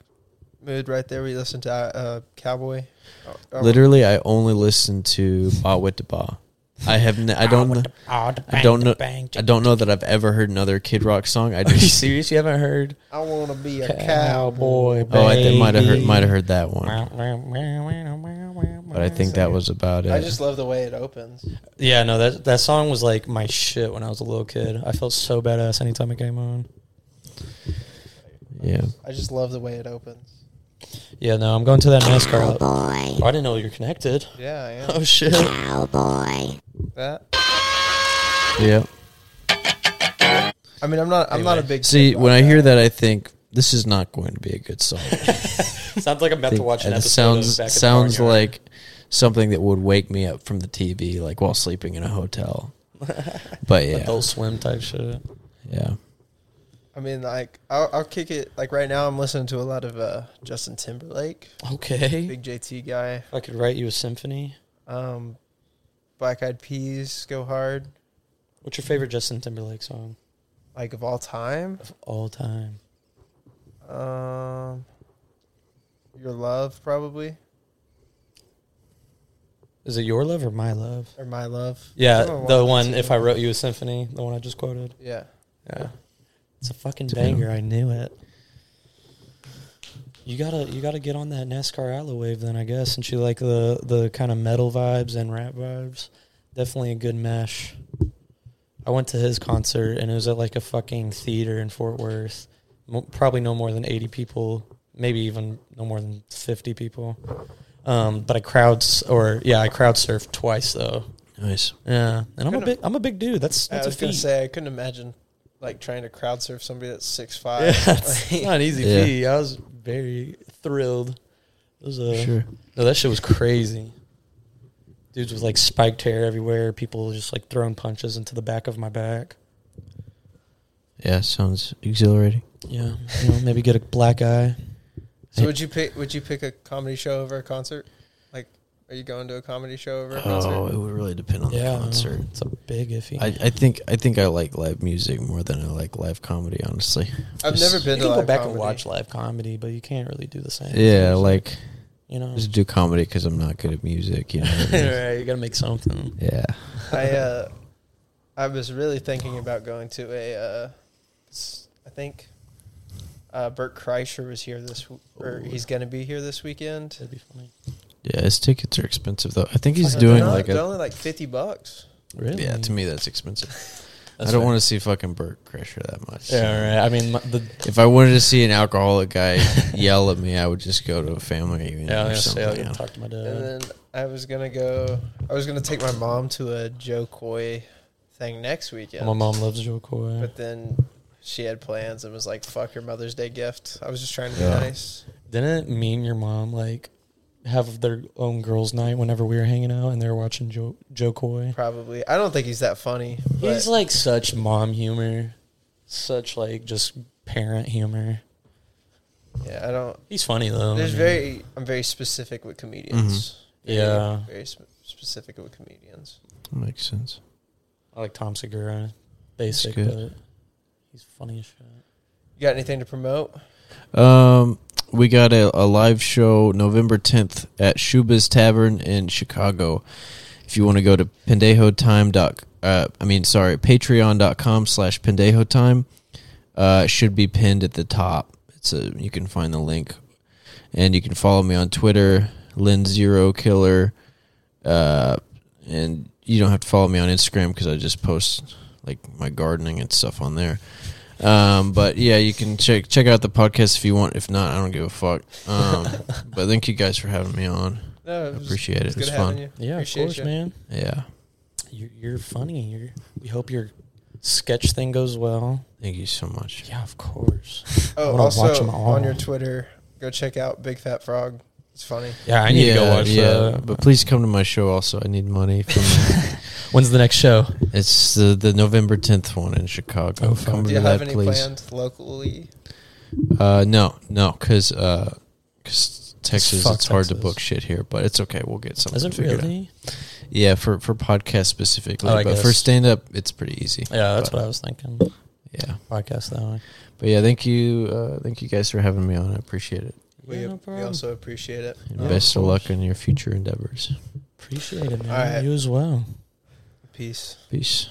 mood right there. We listen to uh, uh, Cowboy. Oh, oh, Literally, I only listen to Ba Wit Da Ba. I have. N- I don't. kn- I don't know. I don't know that I've ever heard another Kid Rock song. I Are you just serious? You haven't heard I want to be a cowboy. Cowboy? Oh, I think might have heard Baby? might have heard that one, but But I think that was about it. I just love the way it opens. yeah, no that that song was like my shit when I was a little kid. I felt so badass anytime it came on. yeah, I just love the way it opens. Yeah, no, I'm going to that NASCAR. Oh, Cowboy. I didn't know you're connected. Yeah, I am. Oh shit! Cowboy. that. yeah. I mean, I'm not. I'm not a Anyway. big. See, Kid Rock when I hear guy. that, I think this is not going to be a good song. sounds like I'm about to watch an And it episode. sounds of Back in the sounds Barnyard. like something that would wake me up from the TV, like while sleeping in a hotel. But yeah, Adult Swim type shit. yeah. I mean, like, I'll, I'll kick it. Like right now, I'm listening to a lot of uh, Justin Timberlake, Okay. big JT guy. I could write you a symphony. Um, Black Eyed Peas go hard. What's your favorite Justin Timberlake song Like of all time, of all time? um, your love probably Is it Your Love or My Love? or my love. Yeah, Oh, the wow, one. that's If I wrote you a symphony, the one I just quoted. Yeah, Yeah, it's a fucking Damn. banger. I knew it. You gotta, you gotta get on that NASCAR Allo wave then, I guess. Since you like the the kind of metal vibes and rap vibes, definitely a good mesh. I went to his concert and it was at like a fucking theater in Fort Worth. Mo- probably no more than eighty people, maybe even no more than fifty people. Um, but I crowds or yeah, I crowd surfed twice though. Nice. Yeah, and I'm a Could've- big I'm a big dude. That's I that's a was gonna feat. say I couldn't imagine like trying to crowd surf somebody that's six five. yeah, it's not an easy Yeah. feat. I was very thrilled. It was a, Sure. No, that shit was crazy. Dudes with like spiked hair everywhere. People just like throwing punches into the back of my back. Yeah, sounds exhilarating. Yeah, you know, maybe get a black eye. so would you pick? Would you pick a comedy show over a concert? Like, are you going to a comedy show over a concert? Oh, it would really depend on Yeah, the concert. it's a big iffy. I, I think I think I like live music more than I like live comedy, honestly. I've Just- never you been can to go live back and comedy. watch live comedy, but you can't really do the same. Yeah, like you know, just do comedy because I'm not good at music. You know. what I mean? right, you gotta make something. Yeah. I uh, I was really thinking about going to a. Uh, s- I think uh, Bert Kreischer was here this, w- or Ooh. he's going to be here this weekend. That'd be funny. Yeah, his tickets are expensive though. I think he's They're doing not- like they're a only like fifty bucks. Really? yeah. To me, that's expensive. I don't want to see fucking Burt Kreischer that much. Yeah, right. I mean, my, the If I wanted to see an alcoholic guy yell at me, I would just go to a family reunion yeah, I or was something. gonna say, you I'll know. talk to my And then dad. I was gonna go. I was gonna take my mom to a Joe Coy thing next weekend. My mom loves Joe Coy. but then she had plans and was like, "Fuck your Mother's Day gift." I was just trying to be Yeah. nice. Didn't me and your mom like have their own girls' night whenever we were hanging out and they were watching Joe Joe Coy? Probably. I don't think he's that funny. But He's like such mom humor, such like just parent humor. yeah, I don't. He's funny though. There's I mean, very. I'm very specific with comedians. Very- Mm-hmm. Yeah. Very sp- specific with comedians. Makes sense. I like Tom Segura, basic, That's but he's funny as shit. You got anything to promote? Um, we got a, a live show November 10th at Shuba's Tavern in Chicago. If you want to go to pendejo time doc, uh, I mean, sorry, patreon.com slash pendejo time, uh, it should be pinned at the top. It's a, you can find the link and you can follow me on Twitter, Lynn Zero Killer. Uh, and you don't have to follow me on Instagram because I just post like my gardening and stuff on there. Um, but yeah, you can check check out the podcast if you want. If not, I don't give a fuck. Um, but thank you guys for having me on. No, it I was- appreciate it. It's It was good fun. having you. Yeah, Appreciate of course, ya. man. Yeah. You're, you're funny. You're, we hope your sketch thing goes well. Thank you so much. Yeah, of course. Oh, wanna also watch 'em all. on your Twitter, go check out Big Fat Frog. It's funny. Yeah, I need to go watch that. But please come to my show also. I need money from When's the next show? It's the, the November 10th one in Chicago. Oh, fuck. come Do to you that, have any please. planned locally? Uh, no, no, because uh, 'cause Texas, fuck it's hard to Texas. book shit here, but it's okay. We'll get something Is it figured out. really? Yeah, for for podcast specifically, Oh, I but for guess. stand up, it's pretty easy. Yeah, that's But, what I was thinking. Yeah, Podcast that way. but yeah, thank you, uh, thank you guys for having me on. I appreciate it. We, no we problem. also appreciate it. And Yeah, of best of luck course. in your future endeavors. appreciate it, man. All right. You as well. Peace. Peace.